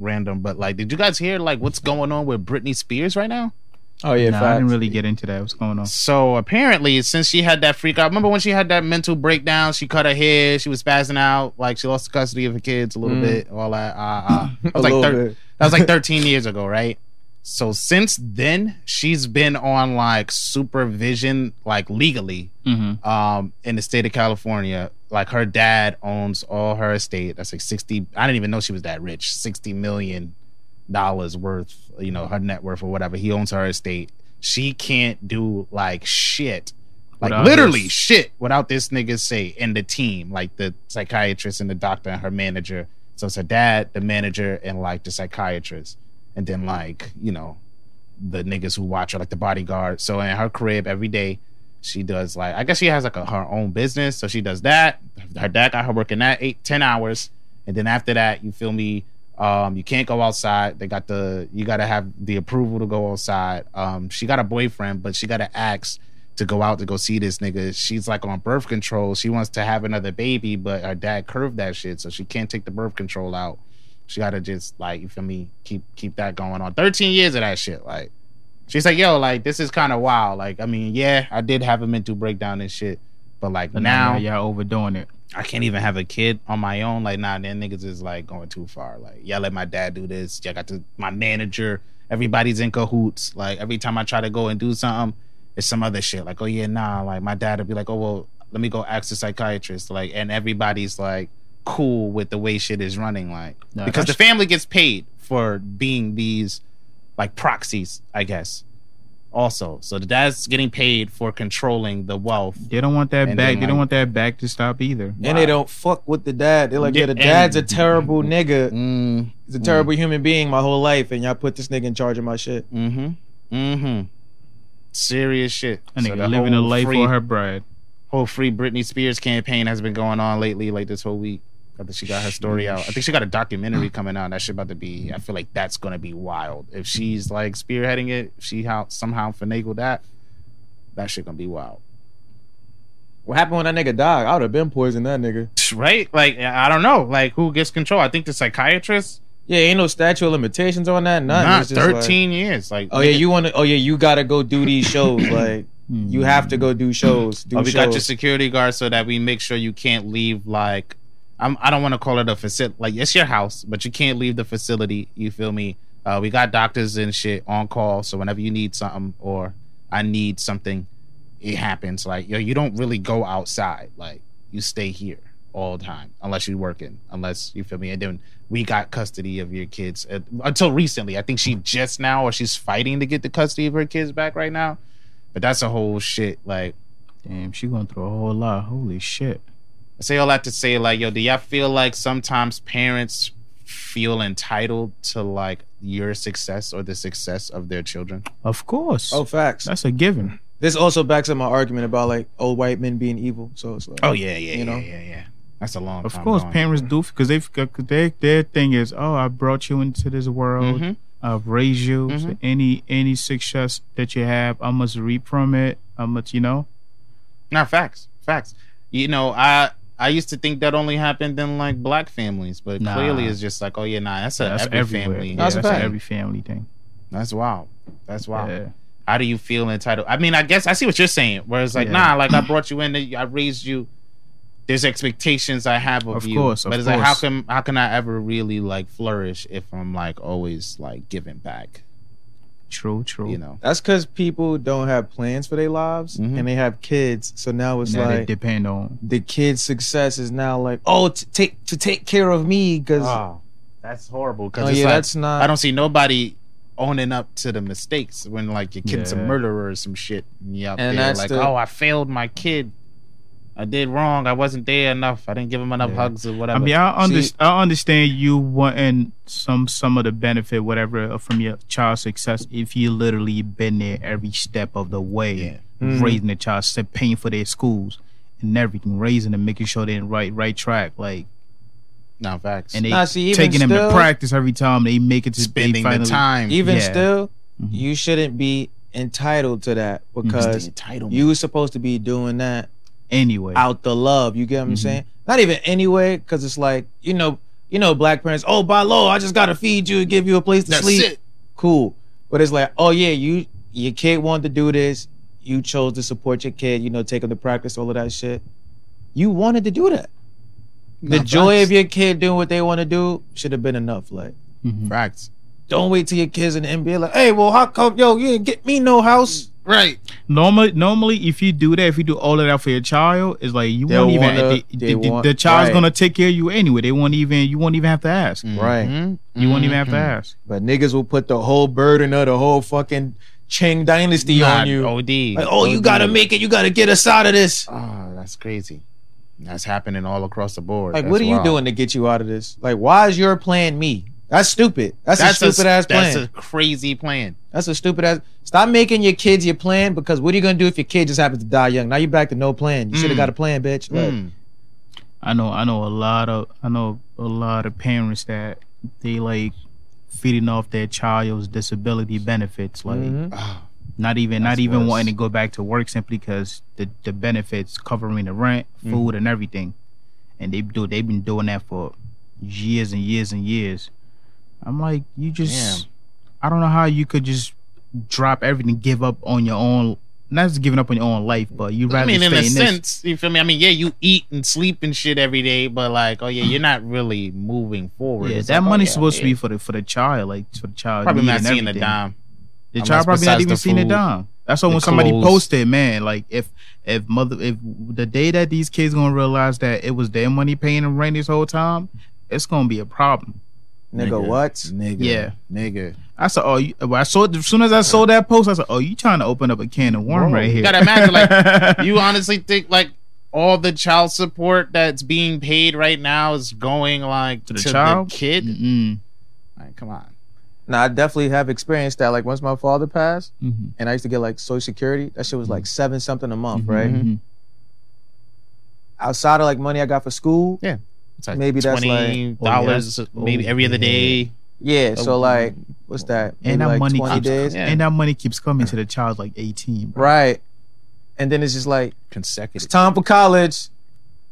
random. But like, did you guys hear like what's going on with Britney Spears right now? Oh yeah, Nah, I didn't really get into that. What's going on? So apparently, since she had that freak out, remember when she had that mental breakdown? She cut her hair. She was spazzing out. Like she lost custody of her kids a little Mm. bit. All that. Uh, uh. That was like thir- that was like 13 years ago, right? So since then, she's been on like supervision, like legally, Mm-hmm. um, in the state of California. Like her dad owns all her estate. That's like 60. I didn't even know she was that rich. 60 million dollars worth, you know, her net worth or whatever. He owns her estate. She can't do like shit. Like Without literally this. shit without this nigga say and the team, like the psychiatrist and the doctor and her manager. So it's her dad, the manager, and like the psychiatrist. And then like, you know, the niggas who watch her, like the bodyguard. So in her crib every day, she does like I guess she has like a, her own business, so she does that. Her dad got her working that eight ten hours, and then after that, you feel me? Um, you can't go outside. They got the you got to have the approval to go outside. Um, she got a boyfriend, but she got to ask to go out to go see this nigga. She's like on birth control. She wants to have another baby, but her dad curved that shit, so she can't take the birth control out. She got to just like you feel me? Keep keep that going on. Thirteen years of that shit, like. She's like, yo, like this is kind of wild. Like, I mean, yeah, I did have a mental breakdown and shit, but like now, y'all overdoing it. I can't even have a kid on my own. Like, nah, then niggas is like going too far. Like, yeah, let my dad do this. Yeah, I got to, my manager. Everybody's in cahoots. Like, every time I try to go and do something, it's some other shit. Like, oh yeah, nah. Like, my dad would be like, oh well, let me go ask the psychiatrist. Like, and everybody's like cool with the way shit is running. Like, Nah, because the that's- family gets paid for being these like proxies, I guess. Also, so the dad's getting paid for controlling the wealth They don't want that And back. then, they don't like- want that back to stop either. And they don't fuck with the dad. They're like, yeah, the Yeah, dad's a and- terrible nigga. Mm, He's a terrible human being my whole life, and y'all put this nigga in charge of my shit. mm-hmm. Mm-hmm. Serious shit. And So nigga the living a whole life free, for her bride. Whole free Britney Spears campaign has been going on lately, like this whole week. I think she got her story out. I think she got a documentary coming out. That shit about to be. I feel like that's gonna be wild. If she's like spearheading it, if she how somehow finagled that. That shit gonna be wild, What happened when that nigga died? I would have been poisoned that nigga. right? Like I don't know, like who gets control? I think the psychiatrist. Yeah, ain't no statute of limitations on that. Nothing. Not It's just like- thirteen years. Like oh yeah, you want to? Oh yeah, you gotta go do these shows. like you have to go do shows. Do Oh, we shows. got your security guard so that we make sure you can't leave like I'm I don't want to call it a facility like it's your house, but you can't leave the facility. You feel me? Uh, we got doctors and shit on call, so whenever you need something or I need something, it happens. Like yo, you don't really go outside. Like you stay here all the time unless you're working. Unless you feel me. And then we got custody of your kids uh, until recently. I think she just now or she's fighting to get the custody of her kids back right now. But that's a whole shit. Like Damn, she going through a whole lot. Holy shit. I say all that to say, like, yo, do y'all feel like sometimes parents feel entitled to like your success or the success of their children? Of course. Oh, facts. That's a given. This also backs up my argument about like old white men being evil. So it's like, Oh, yeah, yeah, You know? yeah, yeah. That's a long. Of time course, going. parents do because they've got their their thing is, oh, I brought you into this world. Mhm. I've raised you. so Mhm. any any success that you have, I must reap from it. I must, you know. No, facts, facts. You know, I I used to think that only happened in like black families, but Nah. clearly it's just like, oh yeah, nah, that's a That's every everywhere. family. Yeah, That's that's a a fact. every family thing. That's wild. That's wild. Yeah. How do you feel entitled? I mean, I guess I see what you're saying. Where it's like, Yeah. nah, like I brought you in, I raised you. There's expectations I have of, Of you, course, of but it's like, how course. can how can I ever really like flourish if I'm like always like giving back? True. True. You know, That's because people don't have plans for their lives Mhm. and they have kids. So now it's Now they like depend on. the kid's success is now like, oh, to take to take care of me because Ah, that's horrible. oh Because yeah, that's not. I don't see nobody owning up to the mistakes when like your kid's a Yeah. murderer or some shit. And you're out And there that's like, the- oh, I failed my kid. I did wrong. I wasn't there enough. I didn't give him enough Yeah. hugs or I whatever. mean, I, under- See- I understand you wanting some some of the benefit, whatever, from your child's success if you literally been there every step of the way, Yeah. Mhm. raising the child, sa- paying for their schools and everything, raising them, making sure they're in right right track, like no facts. and they Nah, see, even taking them still- to practice every time they make it to they spending the finally- time. Even Yeah. still, Mhm. you shouldn't be entitled to that It's because the entitlement. you were supposed to be doing that anyway. out the love. You get what I'm Mhm. saying? Not even anyway, because it's like you know, you know, black parents. Oh, by law, I just gotta feed you, give you a place to That's sleep. it. Cool, but it's like, oh yeah, you your kid wanted to do this. You chose to support your kid. You know, take him to practice, all of that shit. You wanted to do that. The Nah, joy facts. of your kid doing what they want to do should have been enough. Like, Mhm. Facts. don't wait till your kids in the NBA. Like, hey, well, how come yo you didn't get me no house? Right. Normally, normally, if you do that, if you do all of that for your child, it's like you They'll won't even. wanna- the, they the- the- want- the child's right. Mm. gonna take care of you anyway. They won't even. You won't even have to ask. Right. Mhm. Mm-hmm. You won't even have to Mhm. ask. But niggas will put the whole burden of the whole fucking Qing dynasty Nah, on you. OD. Like, oh, you OD. gotta make it. You gotta get us out of this. Oh, that's crazy. That's happening all across the board. Like, That's what are you wild. doing to get you out of this? Like, why is your plan me? That's stupid. That's, a stupid ass plan. That's a crazy plan. that's a stupid ass. Stop making your kids your plan because what are you gonna do if your kid just happens to die young? Now you're back to no plan. You should have Mm. got a plan, bitch. Like, Mm. I know. I know a lot of. I know a lot of parents that they like feeding off their child's disability benefits. Like mhm. Ah, not even not That's even worse. wanting to go back to work simply because the the benefits covering the rent, Mm. food, and everything, and they do they've been doing that for years and years and years. I'm like, you just, I don't know how you could just drop everything, give up on your own. Not just giving up on your own life, but you I rather mean, stay in in, a this. sense, you feel me? I mean, yeah, you eat and sleep and shit every day, but like, oh yeah, you're not really moving forward. Yeah, It's that like, oh, money's yeah, supposed to yeah. be for the for the child, like for the child. probably need not and seeing a everything. dime. The Unless child probably not besides even the seen it food, done. That's why the when somebody clothes. posted, man, like if if mother if the day that these kids gonna realize that it was their money paying the rent this whole time, it's gonna be a problem. Nigga, what? Nigga. Yeah. Nigga. I saw oh you, well, I saw as soon as I saw that post, I said, Oh, you trying to open up a can of worm Bro, right you here. gotta imagine, like, You honestly think like all the child support that's being paid right now is going like To the child? kid? Mm. Mm-mm. Like, come on. Now I definitely have experienced that. Like once my father passed, Mhm. and I used to get like Social Security. That shit was like seven something a month, right? Mhm. Outside of like money I got for school, It's like Maybe that's like- $20 dollars maybe oh, every other day. yeah. So Oh. like, what's that? Maybe And that like money twenty keeps days, Yeah. and that money keeps coming to the child's like eighteen, bro. right? And then it's just like. It's consecutive. time for college.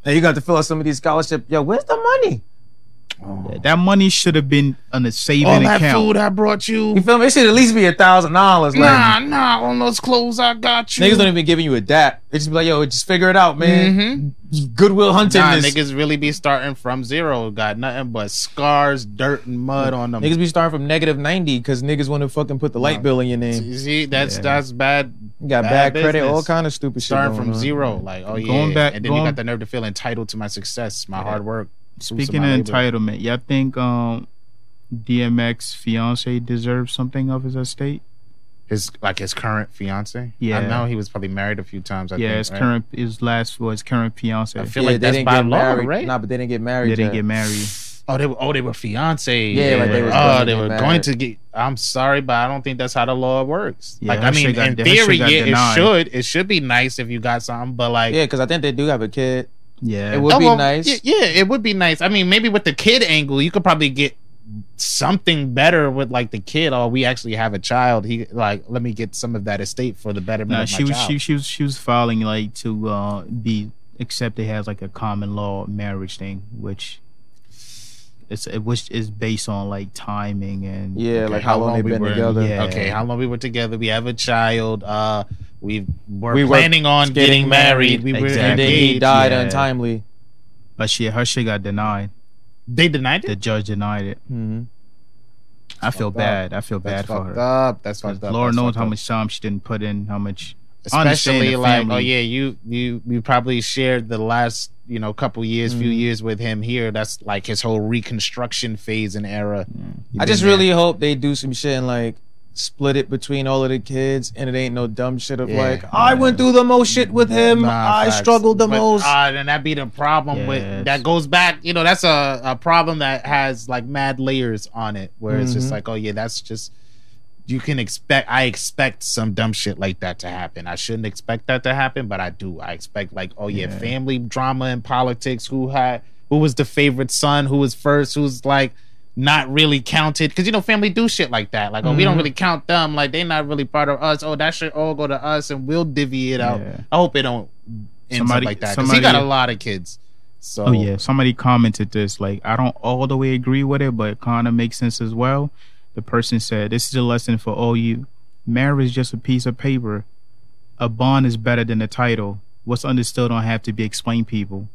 Now you got to fill out some of these scholarship. Yo, where's the money? Oh. That money should have been on a saving All that account. food I brought you. You feel me? It should at least be a thousand dollars. Like Nah, nah, on those clothes I got you. niggas don't even giving you a dap. They just be like, yo, just figure it out, man. Mhm. Goodwill hunting Nah, this. Niggas, niggas really be starting from zero. Got nothing but scars, dirt, and mud on them. be starting from negative ninety because niggas want to fucking put the light bill in your name. You See, that's Yeah. that's bad. You got bad, Bad credit, all business. kind of stupid shit. Starting going from on. zero, like oh yeah, Going back- and then going- you got the nerve to feel entitled to my success, my hard work. fruits of Speaking my of labor. entitlement, y'all think um, DMX fiance deserves something of his estate? his like his current fiance. Yeah. I know he was probably married a few times. I yeah, think, his right? current his last well, his current fiance. I feel Yeah, like they that's didn't by get law, married. right? Nah, but they didn't get married. they didn't yet. get married. Oh, they were oh they were fiance. Yeah, like they was going oh to they get were married. going to get. I'm sorry, but I don't think that's how the law works. Yeah, like her I shit mean, got- in her shit theory, got yeah, denied. it should it should be nice if you got something, but like Yeah, because I think they do have a kid. Yeah, It would Oh, be well, nice. y- Yeah, it would be nice. I mean, maybe with the kid angle, you could probably get something better with like the kid. Oh, we actually have a child. He like let me get some of that estate for the betterment nah, of my she was child. she, she was she was filing like to uh, be accepted as like a common law marriage thing, which it's it which is based on like timing and Yeah, Okay, like how, how long long they've we been were- together. yeah. okay, how long we were together? We have a child. Uh, we were We were planning on getting getting married. We were Exactly. And then he engaged. died Yeah. untimely. But she her shit got denied. They denied The it. judge denied it. Mhm. Mm-hmm. I feel fucked up. bad. I feel That's bad for fucked her. up. That's fucked up. Lord That's knows fucked how up. much time she didn't put in. How much I understand especially the like family. oh yeah you you you probably shared the last you know couple years few Mhm. years with him here that's like his whole reconstruction phase and era You I been just there. really hope they do some shit and like split it between all of the kids, and it ain't no dumb shit of Yeah. like I went through the most shit with him, Nah, I facts. struggled the But, most. uh, and that be the problem Yes. with that goes back you know that's a, a problem that has like mad layers on it where it's Mhm. just like oh yeah that's just you can expect i expect some dumb shit like that to happen i shouldn't expect that to happen but i do i expect like oh yeah, Yeah. family drama and politics who had who was the favorite son who was first who's like not really counted because you know family do shit like that like oh we Mhm. don't really count them like they not really part of us oh that should all go to us and we'll divvy it out Yeah. i hope it don't and Somebody- stuff like that. Because somebody- he got a lot of kids. So Oh yeah, somebody commented this. Like, I don't all the way agree with it, but it kind of makes sense as well. The person said, "This is a lesson for all you. Marriage is just a piece of paper. A bond is better than a title. What's understood don't have to be explained. People,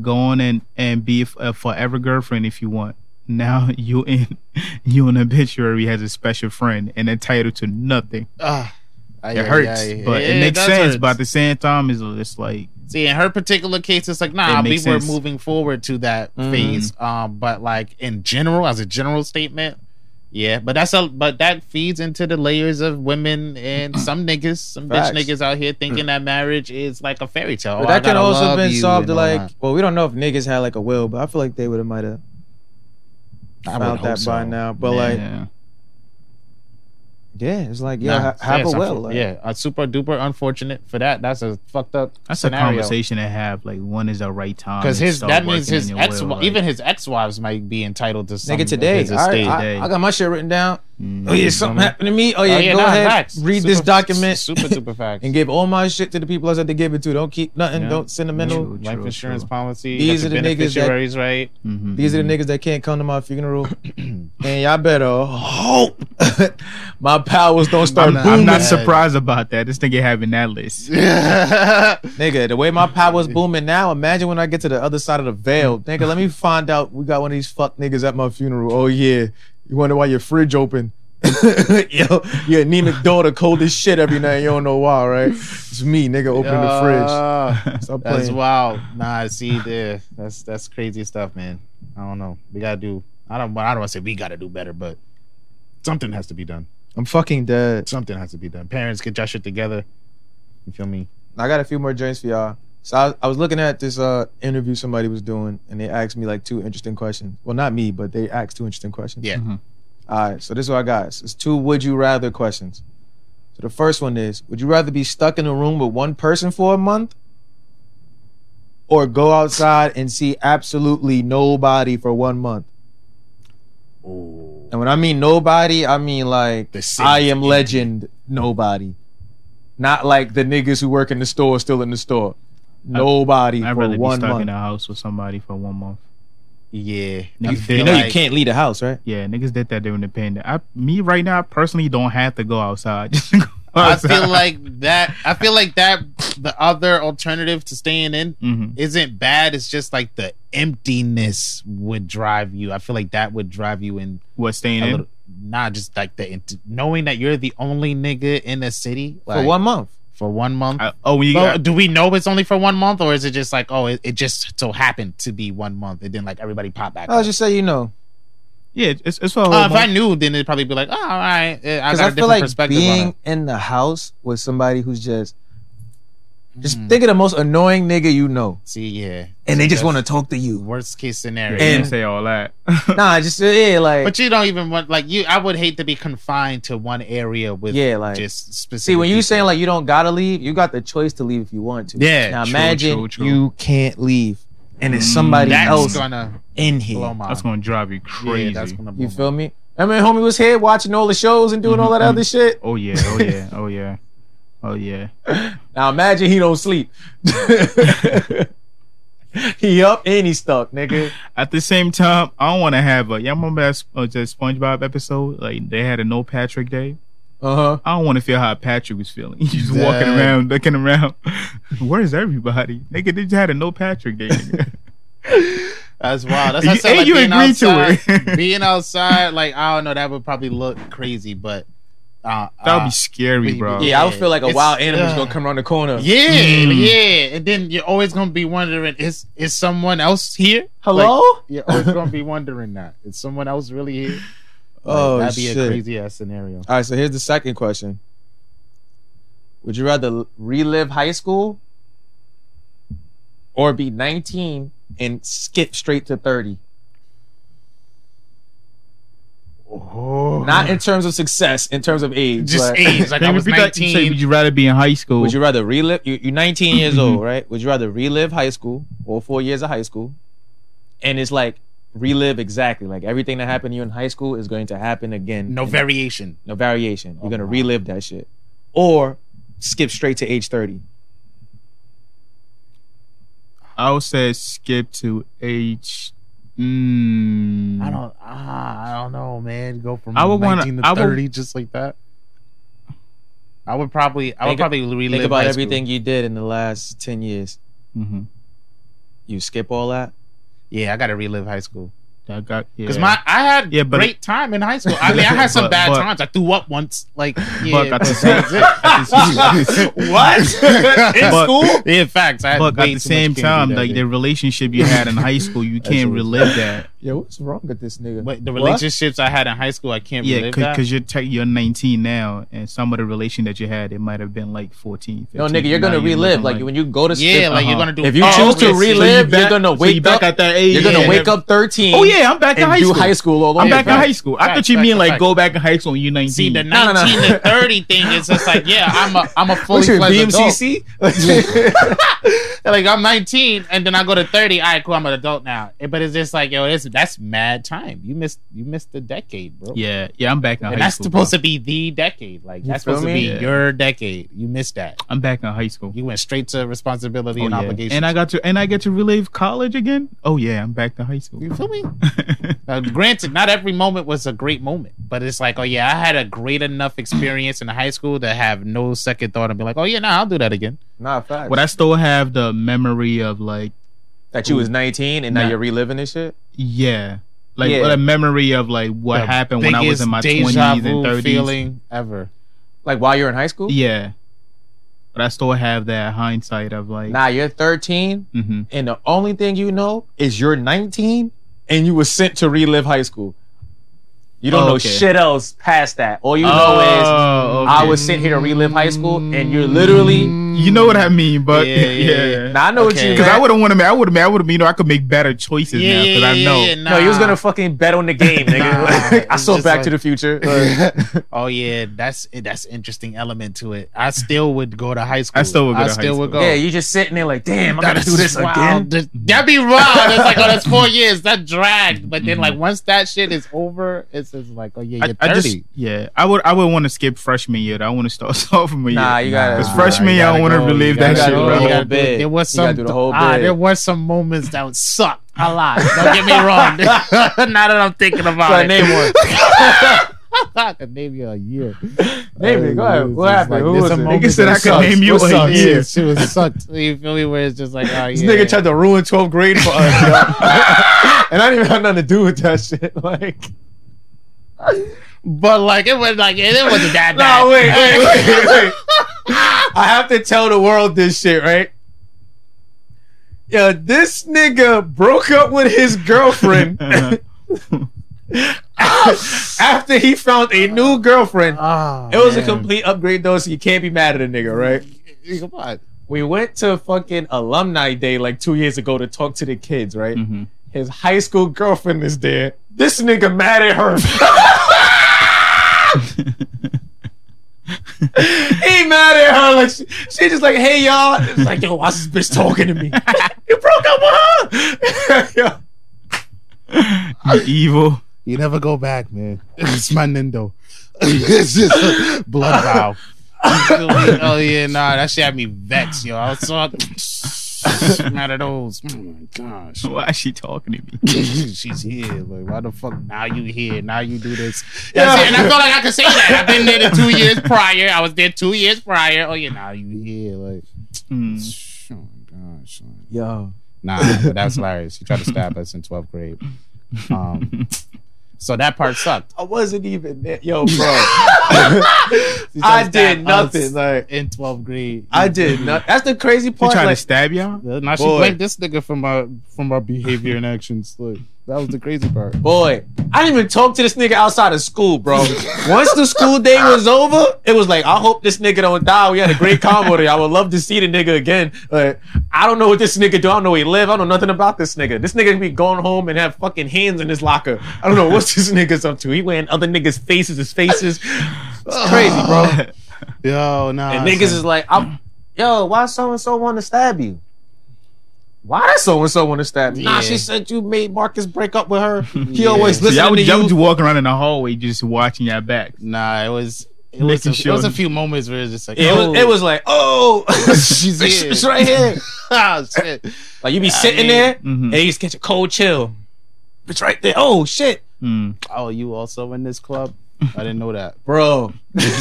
go on and and be f- a forever girlfriend if you want. Now you in you an obituary has a special friend and entitled to nothing. Ah, aye, It aye, hurts, aye. but Yeah, it makes does sense. hurts. But at the same time, it's, it's like." See, in her particular case, it's like, nah, It we makes were sense. Mm-hmm. moving forward to that Mhm. phase. Um, but like in general, as a general statement, yeah. But that's a but that feeds into the layers of women and some niggas, some bitch Facts. niggas out here Mm. thinking that marriage is like a fairy tale. But Oh, I that could gotta also love been you solved. and all Like, that. well, we don't know if niggas had like a will, but I feel like they would have might have I would found hope that by so. now. But like, yeah. yeah, it's like yeah, Nah, ha- have yes, a I'm will. fu- Like, yeah, a super duper unfortunate for that. That's a fucked up. That's a scenario. conversation to have. Like, when is the right time? Because to his start that means working his in your ex will, like- even his ex wives might be entitled to some Nigga, of today, his I, estate. I, I got my shit written down. Mm. Oh yeah, something happened to me. Oh yeah, Oh, yeah, go nah, ahead, facts. read Super- this document Super super facts. and give all my shit to the people I said to give it to. Don't keep nothing. Yeah. Don't sentimental. True, life true, insurance true. policy. These These are are the niggas that- beneficiaries, right? Mhm. These are the niggas that can't come to my funeral, and y'all better hope my powers don't start I'm, booming. not- I'm not booming. surprised about that. This nigga having that list. Nigga, the way my power's booming now, imagine when I get to the other side of the veil. Nigga, let me find out we got one of these fuck niggas at my funeral. Oh yeah. You wonder why your fridge open. Yo, your anemic daughter cold as shit every night. You don't know why, right? It's me, nigga, opening the fridge. Stop That's playing. wow. Nah, see there. That's that's crazy stuff, man. I don't know. We gotta do. I don't. I don't want to say we gotta do better, but something has to be done. I'm fucking dead. Something has to be done. Parents get your shit together. You feel me? I got a few more joints for y'all. So I, I was looking at this uh, interview somebody was doing, and they asked me like two interesting questions. Well, not me, but they asked two interesting questions. Yeah. Mhm. All right, so this is what I got. It's two would you rather questions. So the first one is Would you rather be stuck in a room with one person for a month or go outside and see absolutely nobody for one month? Oh, And when I mean nobody, I mean like The city. I am legend, nobody. Not like the niggas who work in the store still in the store. Nobody I'd for rather be one stuck in month. a house with somebody for one month. yeah. Niggas I feel did You know you like- can't leave the house, right? Yeah, niggas did that during the pandemic. I, me right now, I personally don't have to go outside. Just go I outside. feel like that. I feel like that. The other alternative to staying in Mhm. isn't bad. It's just like the emptiness would drive you. I feel like that would drive you in what staying a in. little. Nah, just like the int- knowing that you're the only nigga in a city like, For one month. for one month. I- oh, when you Well, do we know it's only for one month, or is it just like oh, it, it just so happened to be one month, and then like everybody pop back? I'll up? Oh, just say you know. yeah, it's, it's for a whole Uh, if I month. knew, then it'd probably be like, oh, all right. Because eh, I got a I, different feel like perspective on being it. in the house with somebody who's just just Hmm. think of the most annoying nigga you know, See, yeah, and they just That's want to talk to you. worst case scenario. Yeah, you and- say all that. Nah, just uh, yeah, like But you don't even want like you. I would hate to be confined to one area with yeah, like just specific. see when you people. saying like you don't gotta leave, you got the choice to leave if you want to. Yeah, now true, imagine true, true. you can't leave, and it's Mm, somebody that's else gonna in blow here. my. that's gonna drive you yeah, crazy. that's gonna blow You my- feel me? I mean, homie was here watching all the shows and doing all that Mhm. other shit. oh yeah, oh yeah, oh yeah, oh yeah. Now imagine he don't sleep. he up and he stuck, nigga. At the same time, I don't want to have a. Y'all remember that, Sp- uh, that SpongeBob episode? Like they had a no Patrick day. Uh huh. I don't want to feel how Patrick was feeling. He's just walking Dang. around, looking around. Where is everybody? Nigga, they just had a no Patrick day. nigga. That's wild. That's how I You- said, and like, you being agree to outside, it. being outside, like I don't know, that would probably look crazy, but uh, that would uh, be scary, we- bro. we- Yeah, I would feel like a It's- wild animal's ugh. gonna come around the corner. yeah, Mm. yeah. And then you're always gonna be wondering is is someone else here? Hello? Like, you're always gonna be wondering that is someone else really here? Like, oh that'd be shit! a crazy ass scenario. All right, so here's the second question: Would you rather relive high school, or be 19 and skip straight to 30? Oh. Not in terms of success, in terms of age. just but- age. Like I Let me was repeat that. You say, nineteen. would you rather be in high school? Would you rather relive? You, you're 19 years old, right? Would you rather relive high school or four years of high school, and it's like relive exactly like everything that happened to you in high school is going to happen again. No in- variation. no variation. You're Oh, gonna wow. relive that shit, or skip straight to age 30. I would say skip to age. Mm, I don't. Ah, I don't know, man. Go from I would wanna- 19 I to would- 30 just like that. I would probably. I would Think- probably relive Think about high school. everything you did in the last ten years. hmm You skip all that. Yeah, I got to relive high school I got yeah. because my I had Yeah, but- great time in high school. I mean, I had some But- bad but- times. I threw up once. Like, Buck, yeah, at the same, that's it. what? In But- school? Yeah, facts. I had Buck, way at too the much same candy time, that like day. the relationship you had in high school, you can't what- relive that. Yo, what's wrong with this nigga? But the What? relationships I had in high school, I can't Yeah, relive that. because you're te- you're 19 now, and some of the relation that you had, it might have been like 14. 15. No, nigga, you're Now gonna relive. looking Like, when you go to skip, yeah, like you're uh-huh. gonna do. If you Oh, choose to okay, see. relive, back- you're gonna so wake you back up- at that age. you're gonna yeah. wake up 13. Oh yeah, I'm back in and high do school. high school all over. I'm back in again. high school. I Facts, thought you facts, mean like facts. go back in high school when you're 19. See the No, no, no. 19 to 30 thing is just like, yeah, I'm a I'm a fully What's your fledged adult. BMCC? Like I'm 19 and then I go to 30. All right, cool, I'm an adult now. Eh, But it's just like, yo, it's that's mad time. You missed you missed the decade, bro. yeah, yeah, I'm back in high And that's school. supposed to be the decade. Like You that's feel supposed to be me? Yeah. your decade. You missed that. I'm back in high school. You went straight to responsibility Oh, and yeah. obligation. And I got to and I get to relive college again. Oh yeah, I'm back to high school. you feel me? Now, granted, not every moment was a great moment, but it's like, oh yeah, I had a great enough experience in high school to have no second thought and be like, oh yeah, no, I'll do that again. Nah, facts. Would I still have the memory of like that you was 19 and now Nah. you're reliving this shit? yeah, like Yeah. what a memory of like what The happened when I was in my biggest 20s deja vu and 30s. feeling ever. Like while you're in high school? Yeah, but I still have that hindsight of like Nah, you're 13 hmm and the only thing you know is you're 19 and you were sent to relive high school. You don't Oh, know okay. shit else past that. All you know is Oh, I okay. Mm. was sent here to relive high school and you're literally. You know what I mean, but Yeah, yeah, yeah. Nah, I know what Okay. you Because I meant. would have wanted, I would have, I would have, you know, I could make better choices now because I know. nah. No, you was gonna fucking bet on the game, nigga. Nah, I it's saw just Back like- to the Future. Like, oh yeah, that's that's interesting element to it. I still would go to high school. I still would go I to high still would school. go. yeah, you just sitting there like, damn, I gotta That do is this wild. again. Th- That'd be wild. It's like, oh, that's four years. That dragged. But then, like, once that shit is over, it's just like, oh yeah, I, you're I just, thirty. yeah, I would, I would want to skip freshman year. I want to start sophomore year. Nah, you gotta- Because Nah, freshman you year, I gotta want to go. relive You that gotta shit, go. bro. You gotta- do it. bit. There was You gotta some do the whole ah, bit. there was some moments that would suck a lot. Don't get me wrong. now that I'm thinking about So it, name one. I could name you a year. Name it. Go ahead. What happened? Who was it? Nigga said I could name you a year. She was sucked. You feel me? Where it's just like, oh yeah. This nigga tried to ruin 12th grade for us, yo. and I didn't even have nothing to do with that shit. Like, but like it was like it wasn't that bad. no, wait, wait, wait, wait. I have to tell the world this shit, right? Yeah, this nigga broke up with his girlfriend Uh-huh. after he found a new girlfriend. Ah, It was a man. complete upgrade though, so you can't be mad at a nigga, right? Come on. We went to fucking alumni day like two years ago to talk to the kids, right? hmm His high school girlfriend is there. This nigga mad at her. Mm-hmm. he mad at her. Like she, she just like, hey y'all. It's like, yo, why's this bitch talking to me? you broke up with her. Yo, You evil. You never go back, man. It's my Nindo. it's just a blood vow. oh yeah, nah, that shit had me vexed, yo. I was so mad at those. Oh my gosh. Why is she talking to me? She's here. Like, why the fuck now you here? Now you do this. Yeah. That's it. And I feel like I could say that. I've been there the two years prior. I was there two years prior. Oh yeah, now you here. Like Mm. oh my gosh. like- yo. Nah, but that was hilarious. He tried to stab us in 12th grade. Um, so that part sucked. I wasn't even there. Yo, bro. I did nothing. Like in 12th grade. I did nothing. That's the crazy She part. trying to Like, stab y'all? Now she Boy. blamed this nigga for my for my behavior and actions. Look, that was the crazy part. boy, I didn't even talk to this nigga outside of school, bro. Once the school day was over, it was like, I hope this nigga don't die. We had a great combo today. I would love to see the nigga again. Like, I don't know what this nigga do. I don't know where he live. I don't know nothing about this nigga. This nigga be going home and have fucking hands in his locker. I don't know what's this nigga's up to. He wearing other niggas' faces, his faces. It's crazy, bro. Yo, nah. And niggas is like, I'm, yo, why so and so want to stab you? Why does so and so want to stab you? Nah, Yeah. she said you made Marcus break up with her. He Yeah. always So listening y'all would, to y'all would you. be walking around in the hallway just watching y'all back. nah. It was it was, Making a, it was sure- a few moments where it was just like Yeah, it was. It was like, oh, She's it's here. it's right here. oh shit. Like you be sitting mean- there Mhm. and you just get your cold chill. It's right there. Oh shit, Mm. Oh, you also in this club? I didn't know that. bro.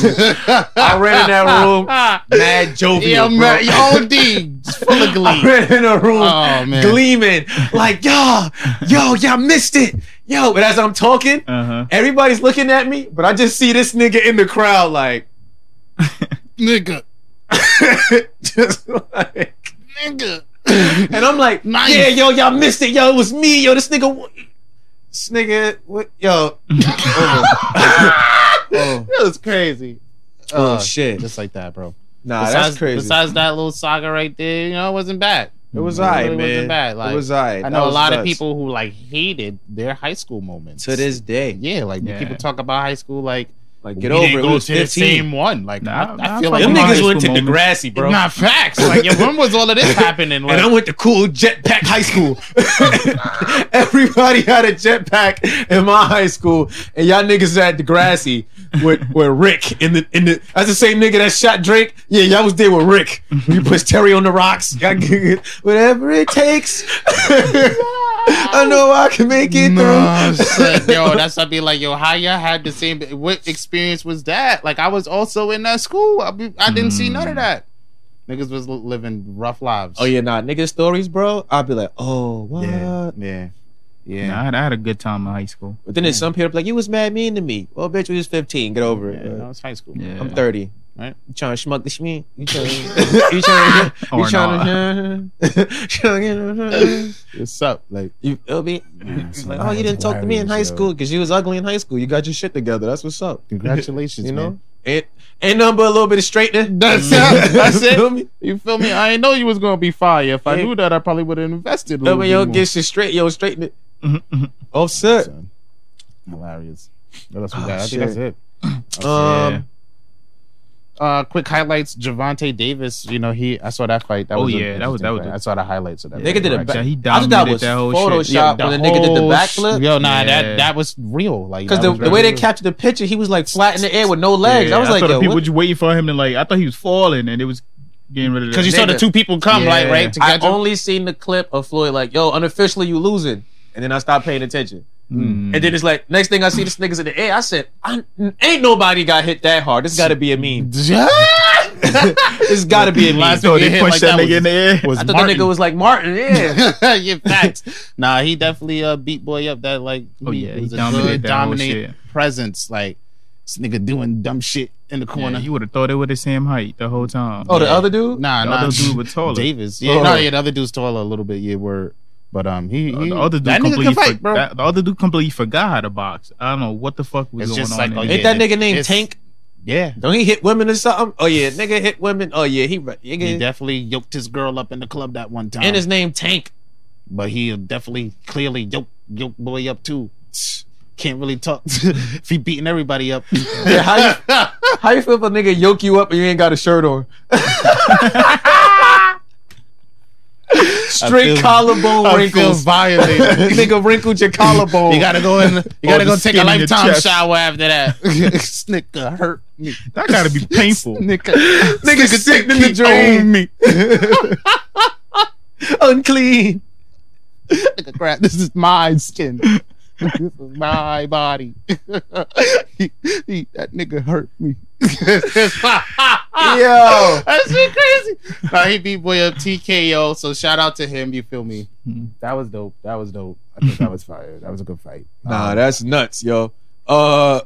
I ran in that room, mad jovial. Yeah, bro. man, yo, D, it's full of I glee. ran in a room, Oh man, gleaming like yo, yo, y'all missed it, yo. But as I'm talking, Uh everybody's looking at me, but I just see this nigga in the crowd, like nigga, just like. nigga. And I'm like, Nice. yeah, yo, y'all missed it. Yo, it was me. Yo, this nigga, this nigga, what, yo. oh. That was crazy. Oh, shit. Just like that, bro. Nah, besides, that's crazy. Besides that little saga right there, you know, it wasn't bad. it was all right, really man. wasn't bad, like, it was all right. I That know a was lot of nuts. people who like hated their high school moments. To this day. yeah, like when Yeah. people talk about high school, like Like, get we over didn't it. Go We was to the 15. same one, like Nah, I, I nah, feel fuck like Them my niggas high went to school moment. Degrassi, bro. Not facts. Like, yeah, when was all of this happening? Like, and I went to cool jetpack high school. Everybody had a jetpack in my high school, and y'all niggas at Degrassi with with Rick in the in the. That's the same nigga that shot Drake. Yeah, y'all was there with Rick. We pushed Terry on the rocks. Y'all get- Whatever it takes. I know I can make it Nah, through. son, yo, that's I'd be like, yo, how y'all had the same? What experience was that? Like, I was also in that school. I, be, I didn't see none of that. Niggas was li- living rough lives. Oh yeah, nah, nigga stories, bro. I'd be like, oh what? yeah, yeah, yeah. Nah, I, had, I had a good time in high school. But then there's some people like, you was mad mean to me. Well, bitch, we was 15. Get over it. Yeah, that was high school. Yeah. I'm 30. Right. You trying to schmuck the schmee? You trying to. you trying to. You Or trying to. What's up? Like, You feel me? Like, oh, you didn't talk to me in high hilarious, yo. school because you was ugly in high school. You got your shit together. That's what's up. congratulations, You know? man. Ain't, ain't nothing but a little bit of straightening. That's it. That's You feel it. me? You feel me? I ain't know you was gonna be fire. If I Yeah. knew that, I probably would have invested. Yo, a little man, bit yo, more. get shit straight. Yo, straighten it. Offset. Son. Ah, Hilarious. What else we Oh, got? I shit. think that's it. Yeah. Um, uh quick highlights Javante Davis you know he I saw that fight that Oh, was a- yeah, that was- that was fight. a- I saw the highlights of that Nigga fight. did a Right. back- he I thought dominated that was that whole Photoshop shit. when the nigga did the whole backflip. sh- yo nah Oh, Yeah. that that was real like Because that the, was the way very they real. captured the picture, he was like flat in the air with no legs. Yeah, I was like, thought the yo, people what? just waiting for him to like. I thought he was falling, and it was getting rid of. cause you saw the nigga. two people come like Yeah. right to I catch him only seen the clip of Floyd like, yo, unofficially you losing. And then I stopped paying attention. Hmm. And then it's like, next thing I see this nigga's in the air, I said, I, ain't nobody got hit that hard. This gotta be a meme. this gotta be a meme. Last I one So Get they hit pushed like that that nigga in the air. was thought Martin. the nigga was like Martin, yeah. yeah facts nah he definitely uh beat boy up that like Oh, he yeah, he was a dominated good that whole dominant shit. presence like this nigga doing dumb shit in the Yeah, corner you would have thought they were the same height the whole time. Oh, the Yeah. other dude? nah The nah other dude was taller. Davis yeah Oh. no yeah the other dude's taller a little bit yeah word but um he, Uh, he the other dude that nigga completely can fight for- bro that- the other dude completely forgot how to box. I don't know what the fuck was It's going just on. like, in oh, there. Ain't yeah, that nigga named it's- Tank? yeah Don't he hit women or something? Oh yeah, nigga hit women. Oh yeah, he nigga. He definitely yoked his girl up in the club that one time. and his name Tank. but he definitely clearly yoked yoke boy up too. Can't really talk if he beating everybody up. Yeah, how you how you feel if a nigga yoke you up and you ain't got a shirt on? Straight I feel- collarbone I feel wrinkles. violated. nigga wrinkled your collarbone. You gotta go in. You All gotta the go take a Oh, skin in your lifetime chest. shower after that. Snicker hurt. Snicker. that gotta be painful. nigga sick in the Keep on drain. me. Unclean. Nigga, crap. This is my skin. this is my body. He- he- that nigga hurt me. Yo. That's been crazy. Nah, he beat boy up TKO. So shout out to him. You feel me? Mhm. That was dope. That was dope. I think that was fire. That was a good fight. Um, Nah, that's nuts, yo. Uh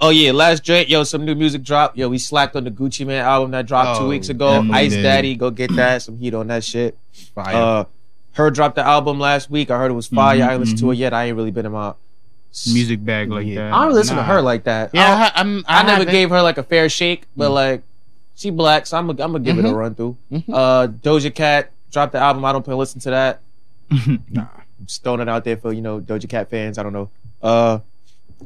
oh yeah, last Drake, yo, some new music dropped. Yo, we slacked on the Gucci Man album that dropped two Oh, weeks ago. definitely Ice did. Daddy, go get that. Some heat on that shit. fire. Uh, her dropped the album last week. I heard it was fire. I ain't listened to mhm. it yet. I ain't really been in my Music bag like Yeah. that. I don't listen to Nah. her like that. I, don't- yeah, I, am I, never gave her like a fair shake, Mm-hmm. but like she black, so I'm gonna I'm gonna give it a Mhm. run through. Mhm. Uh, Doja Cat dropped the album. I don't plan to listen to that. Nah. Just throwing it out there for you know Doja Cat fans. I don't know. Uh,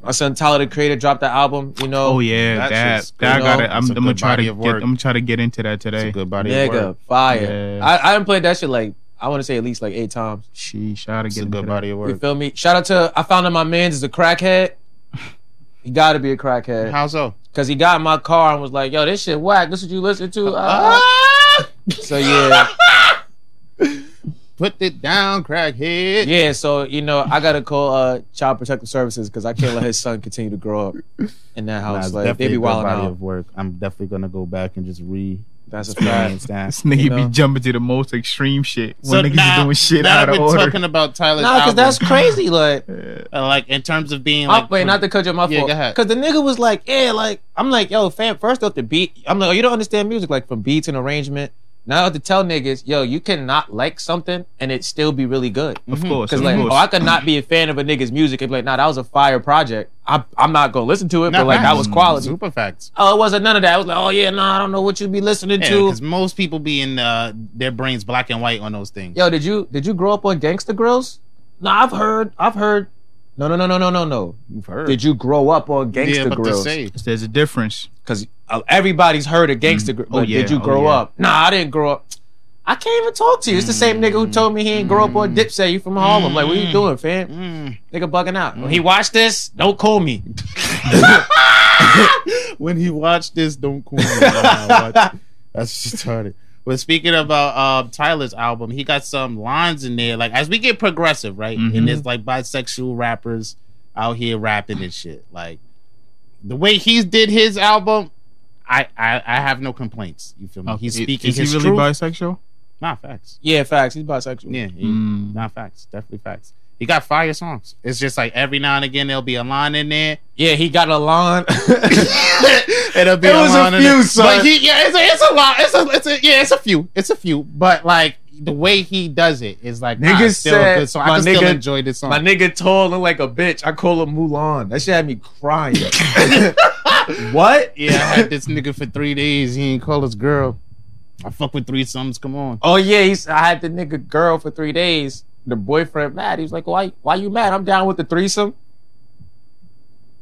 my son Tyler the Creator dropped the album. You know, Oh yeah, That's that just that I good. got You it. know, I'm, it's a I'm gonna good try to body get. of I'm work. gonna try to get into that It's today. a good body of nigga, work. fire. Yeah. I I haven't played that shit like I want to say at least like eight times. Sheesh, I gotta It's get a into good that. body of You work. feel me? Shout out to I found out my man's is a crackhead. He got to be a crackhead. How so? Cause he got in my car and Uh, uh, was like, "Yo, this shit whack. This what you listen to." Uh, Ah! so yeah, put it down, crackhead. Yeah, so you know, I gotta call uh, Child Protective Services because I can't let his son continue to grow up in that Nah, house. it's like they definitely a be good wilding body out. of work. I'm definitely gonna go back and just re That's a fact. experience that. This nigga You know? be jumping to the most extreme shit. When niggas is doing shit now out that of we're order. talking about Tyler's Nah, because album, that's crazy. Like, Yeah. uh, like in terms of being like like, wait, not to cut you my Yeah, fault. go ahead. Because the nigga was like, yeah, like I'm like, yo, fam. First off, the beat. I'm like, oh, you don't understand music, like from beats and arrangement. Now I have to tell niggas, yo, you cannot like something and it still be really good. Mm-hmm. Of course. Because Of like, course. oh, I could not be a fan of a nigga's music and be like, nah, that was a fire project. I, I'm not gonna listen to it, but like that was quality. Super facts. Oh, it wasn't none of that. I was like, oh yeah, nah, I don't know what you be listening Yeah, to. because most people be in uh, their brains black and white on those things. Yo, did you did you grow up on Gangsta Grills? Nah, I've heard, I've heard. No, no, no, no, no, no, no. You've heard. Did you grow up on yeah, Gangsta but Grills? to say, There's a difference. Because everybody's heard of Gangsta Grills. but Oh, did yeah, you oh, grow yeah. up? Nah, I didn't grow up. I can't even talk to you. It's the same nigga who told me he ain't grow up on Dipset. You from Harlem? Like, what you doing, fam? mm, Nigga bugging out. When he watched this, don't call me. when he watched this, don't call me. Nah, watch- That's retarded. But speaking about uh, Tyler's album, he got some lines in there. Like as we get progressive, right, Mhm. and there's like bisexual rappers out here rapping and shit. Like the way he did his album, I I, I have no complaints. You feel me? Oh, He's i- speaking Is his he really truth. bisexual? Nah, facts. Yeah, facts. He's bisexual. Yeah, he- Mm. nah, facts. Definitely facts. He got fire songs. It's just like every now and again there'll be a line in there. Yeah, he got a lawn. It'll be It was a line in few, there. son. But he, yeah, it's a, it's a lot. It's a, it's a, yeah, it's a few. It's a few. But like the way he does it is like nah, Niggas it's still said- good. So I my can still nigga- enjoy this song. My nigga tall look like a bitch. I call him Mulan. That shit had me crying. what? yeah, I had this nigga for three days. He ain't call his girl. I fuck with three sums. Come on. Oh yeah, he's, I had the nigga girl for three days. The boyfriend mad. He was like, "Why? Why you mad? I'm down with the threesome."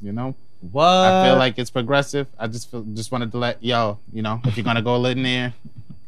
You know. What? I feel like it's progressive. I just feel, just wanted to let y'all, you know, if you're gonna go in there,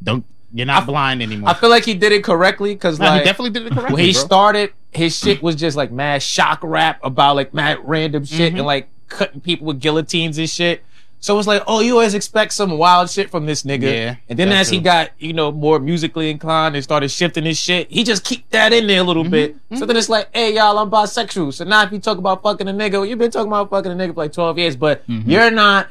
don't you're not blind anymore. I feel like he did it correctly because Nah, he like definitely did it correctly. when he bro. started, his shit was just like mad shock rap about like mad random shit Mhm. and like cutting people with guillotines and shit. So it's like, oh, you always expect some wild shit from this nigga. Yeah, and then that as he too. got, you know, more musically inclined and started shifting his shit, he just keep that in there a Mm-hmm. little bit. So then it's like, hey, y'all, I'm bisexual. So now if you talk about fucking a nigga, well, you've been talking about fucking a nigga for like 12 years, but Mm-hmm. you're not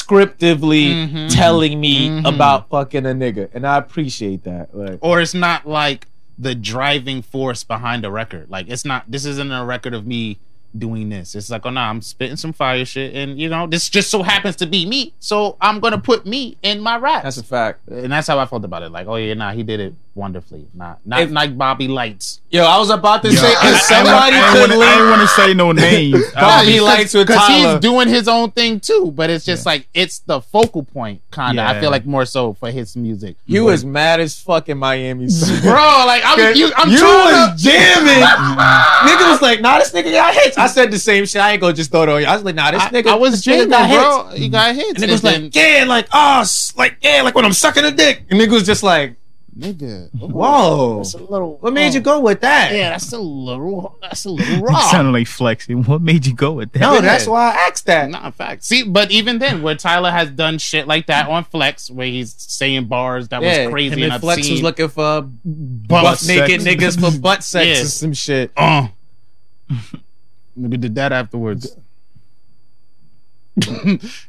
descriptively Mhm. telling me Mhm. about fucking a nigga. And I appreciate that. Like, or it's not like the driving force behind a record. Like it's not this isn't a record of me doing this. It's like, oh no, I'm spitting some fire shit and you know, this just so happens to be me. So I'm gonna put me in my rap. that's a fact. and that's how I felt about it. Like, oh yeah, nah, he did it wonderfully. Nah, not If- like Bobby Lights. Yo, I was about to Yeah, say, I- if somebody I, I, could wanna- link I didn't want to say no names. Nah, I, he likes with Tyler. he's doing his own thing too. But it's just like it's the focal point, kind of. I Yeah. feel like more so for his music. You was mad as fuck in Miami. bro, like I'm, you, I'm trying to- was jamming. nigga was like, nah, this nigga got hits. I said the same shit. I ain't gonna just throw it on you. I was like, nah, this I, nigga. I was this nigga jamming, got hits. bro. He got hits. And nigga was like, yeah, like, oh, s- like, yeah, like when I'm sucking a dick. And nigga was just like, nigga, whoa. that's a little. What made you go with that? Oh. Yeah, that's a little. That's a little you raw. sounded like flexing. What made you go with that? No, that's why I asked that. Not in fact. See, but even then, where Tyler has done shit like that on Flex, where he's saying bars that was crazy And and then Flex was obscene. looking for Butt butt naked sex. niggas for butt sex Yeah. or some shit. Uh. Nigga did that afterwards.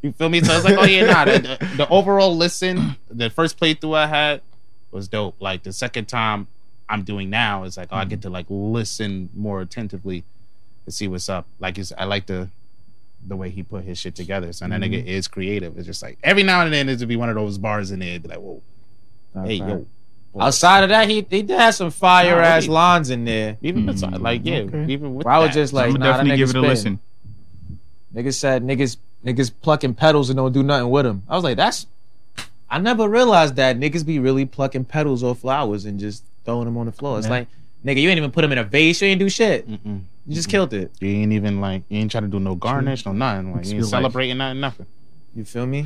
you feel me? So I was like, oh yeah, nah. The, the- the overall listen, the first playthrough I had was dope. Like the second time I'm doing now is like, oh, I get to like listen more attentively to see what's up. Like it's, I like the the way he put his shit together. So that nigga is creative. It's just like every now and then there's be one of those bars in there, it'd be like, whoa, hey yo, Outside of that, he, he did have some fire ass Nah, lines in there. even Mm, beside, like yeah, okay. even with Well, I was that. just like, I'm nah, gonna that definitely give nigga it a spitting. listen. Niggas said niggas niggas plucking pedals and don't do nothing with them. I was like, that's. I never realized that niggas be really plucking petals or flowers and just throwing them on the floor. It's Yeah. like, nigga, you ain't even put them in a vase. You ain't do shit. Mm-mm. You just killed it. You ain't even like you ain't trying to do no garnish, no nothing. Like Just you be ain't like- celebrating nothing, nothing. You feel me?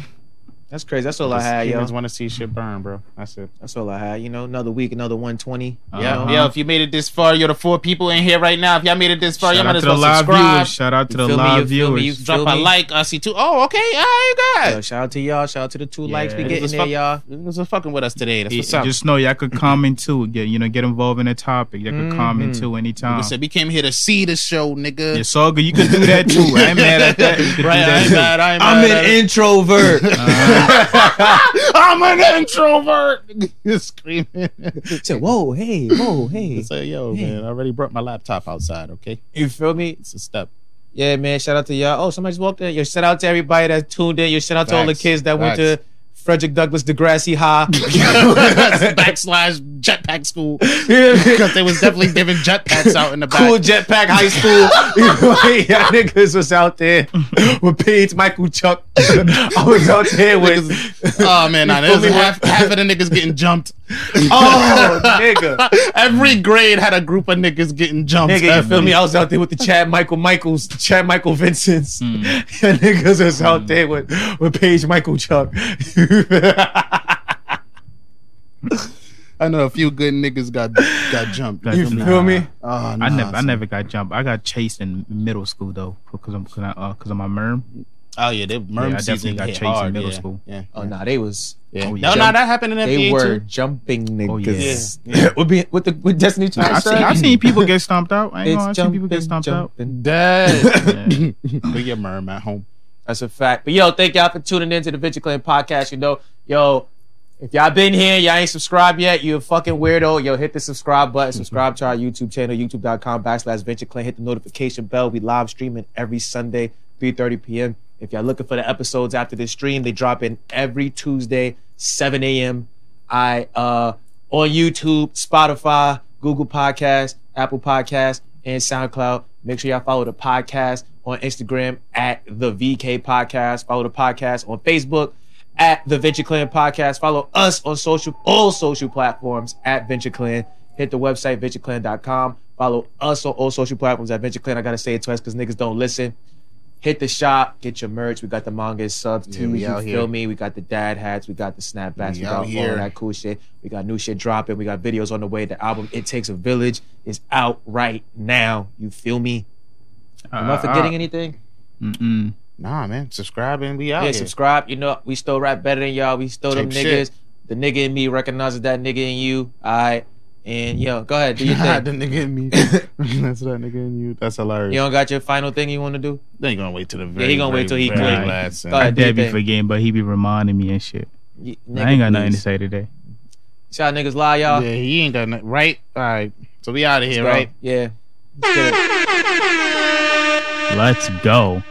That's crazy. That's all I had, yo. Humans want to see shit burn, bro. That's it. That's all I had. You know, another week, another 120. Yeah, Uh-huh. yo, if you made it this far, you're the four people in here right now. If y'all made it this far, Shout y'all might out to as the well live subscribe. viewers. Shout out to You the feel me? live You feel me? viewers. You- Drop Feel a me? like. I see two. Oh, okay. All right, Yo, guys. shout out to y'all. Shout out to the two Yeah. likes we It getting was there, fuck- y'all. Niggas are fucking with us today. That's Yeah, what's up. Just know y'all could comment too. Get you know, get involved in a topic. Y'all could Mm-hmm. comment too anytime. Nigga said we came here to see the show, nigga. It's all good. You could do that too. I ain't mad at that. You could do right, I that ain't too. Uh-huh. mad. I ain't I'm mad at an it. introvert. I'm an introvert. Just screaming. Say, whoa, hey, whoa, hey. It's like, yo, man, I already brought my laptop outside. Okay, You feel me? it's a step. Yeah, man. Shout out to y'all. Oh, somebody just walked in. Yo, shout out to everybody that tuned in. Yo, shout out to all the Facts. kids that went Facts. to Frederick Douglass DeGrassi High. Backslash jetpack school because they was definitely giving jetpacks out in the back. cool jetpack high school. yeah, niggas was out there with Paige, Michael Chuck. I was out there with. Oh man, nah, there feel was me? half, half of the niggas getting jumped. oh, nigga. Every grade had a group of niggas getting jumped. Nigga, you Every- feel me? I was out there with the Chad Michael Michaels, the Chad Michael Vincents. And niggas was out there with, with Paige Michael Chuck. I know a few good niggas got got jumped. Like, you nah. feel me? Oh, I nah, never, I son. never got jumped. I got chased in middle school though, because I'm, cause I, uh, cause of my merm. Oh yeah, they merm Yeah, I season definitely got hit chased in hard. middle yeah, school. Yeah. Oh, nah, they was. yeah. Oh, yeah. No, no, that happened in NBA They were too. jumping niggas. Oh, yeah. Yeah. with, be, with the with Destiny Child. I seen, I seen people get stomped out. I ain't gonna, I it's seen people jumping, get stomped jumping. Dead. out. Yeah. Leave your merm at home. That's a fact. But yo, thank y'all for tuning in to the Venture Clan podcast. You know, yo, if y'all been here, y'all ain't subscribed yet, you a fucking weirdo. Yo, hit the subscribe button. Subscribe to our YouTube channel, youtube.com backslash Venture Clan. Hit the notification bell. We live streaming every Sunday, 3.30 p.m. If y'all looking for the episodes after this stream, they drop in every Tuesday, 7 a.m. I uh on YouTube, Spotify, Google Podcast, Apple Podcast, and SoundCloud. Make sure y'all follow the podcast on Instagram at the VK Podcast. Follow the podcast on Facebook at the Venture Clan Podcast. Follow us on social all social platforms at Venture Clan. Hit the website ventureclan.com. Follow us on all social platforms at Venture Clan. I gotta say it twice because niggas don't listen hit the shop, get your merch. We got the manga subs, Yeah, tees, we you feel out here. me? We got the dad hats, we got the snapbacks, we, We out got all here. that cool shit. We got new shit dropping, we got videos on the way. The album It Takes a Village is out right now. You feel me? Am Uh, I forgetting anything? Uh, Mm-mm. Nah, man. Subscribe and we out. Yeah, here. subscribe. You know, we still rap better than y'all. We still them Same niggas. Oh, shit. The nigga in me recognizes that nigga in you. All right. And yo, go ahead, do your Nah, the thing. nigga in me. That's that nigga in you. That's hilarious. You don't got your final thing you want to do? They ain't gonna wait till the very. he gonna wait till he very click. last Go ahead. sentence. do your Debbie thing. forgetting, but he be reminding me and shit. Y- I ain't got nigga, nothing to please. say today. See how niggas lie, y'all? yeah, he ain't got nothing. Right. All right. So we out of here, Go. right? Yeah. Let's get it. Let's go.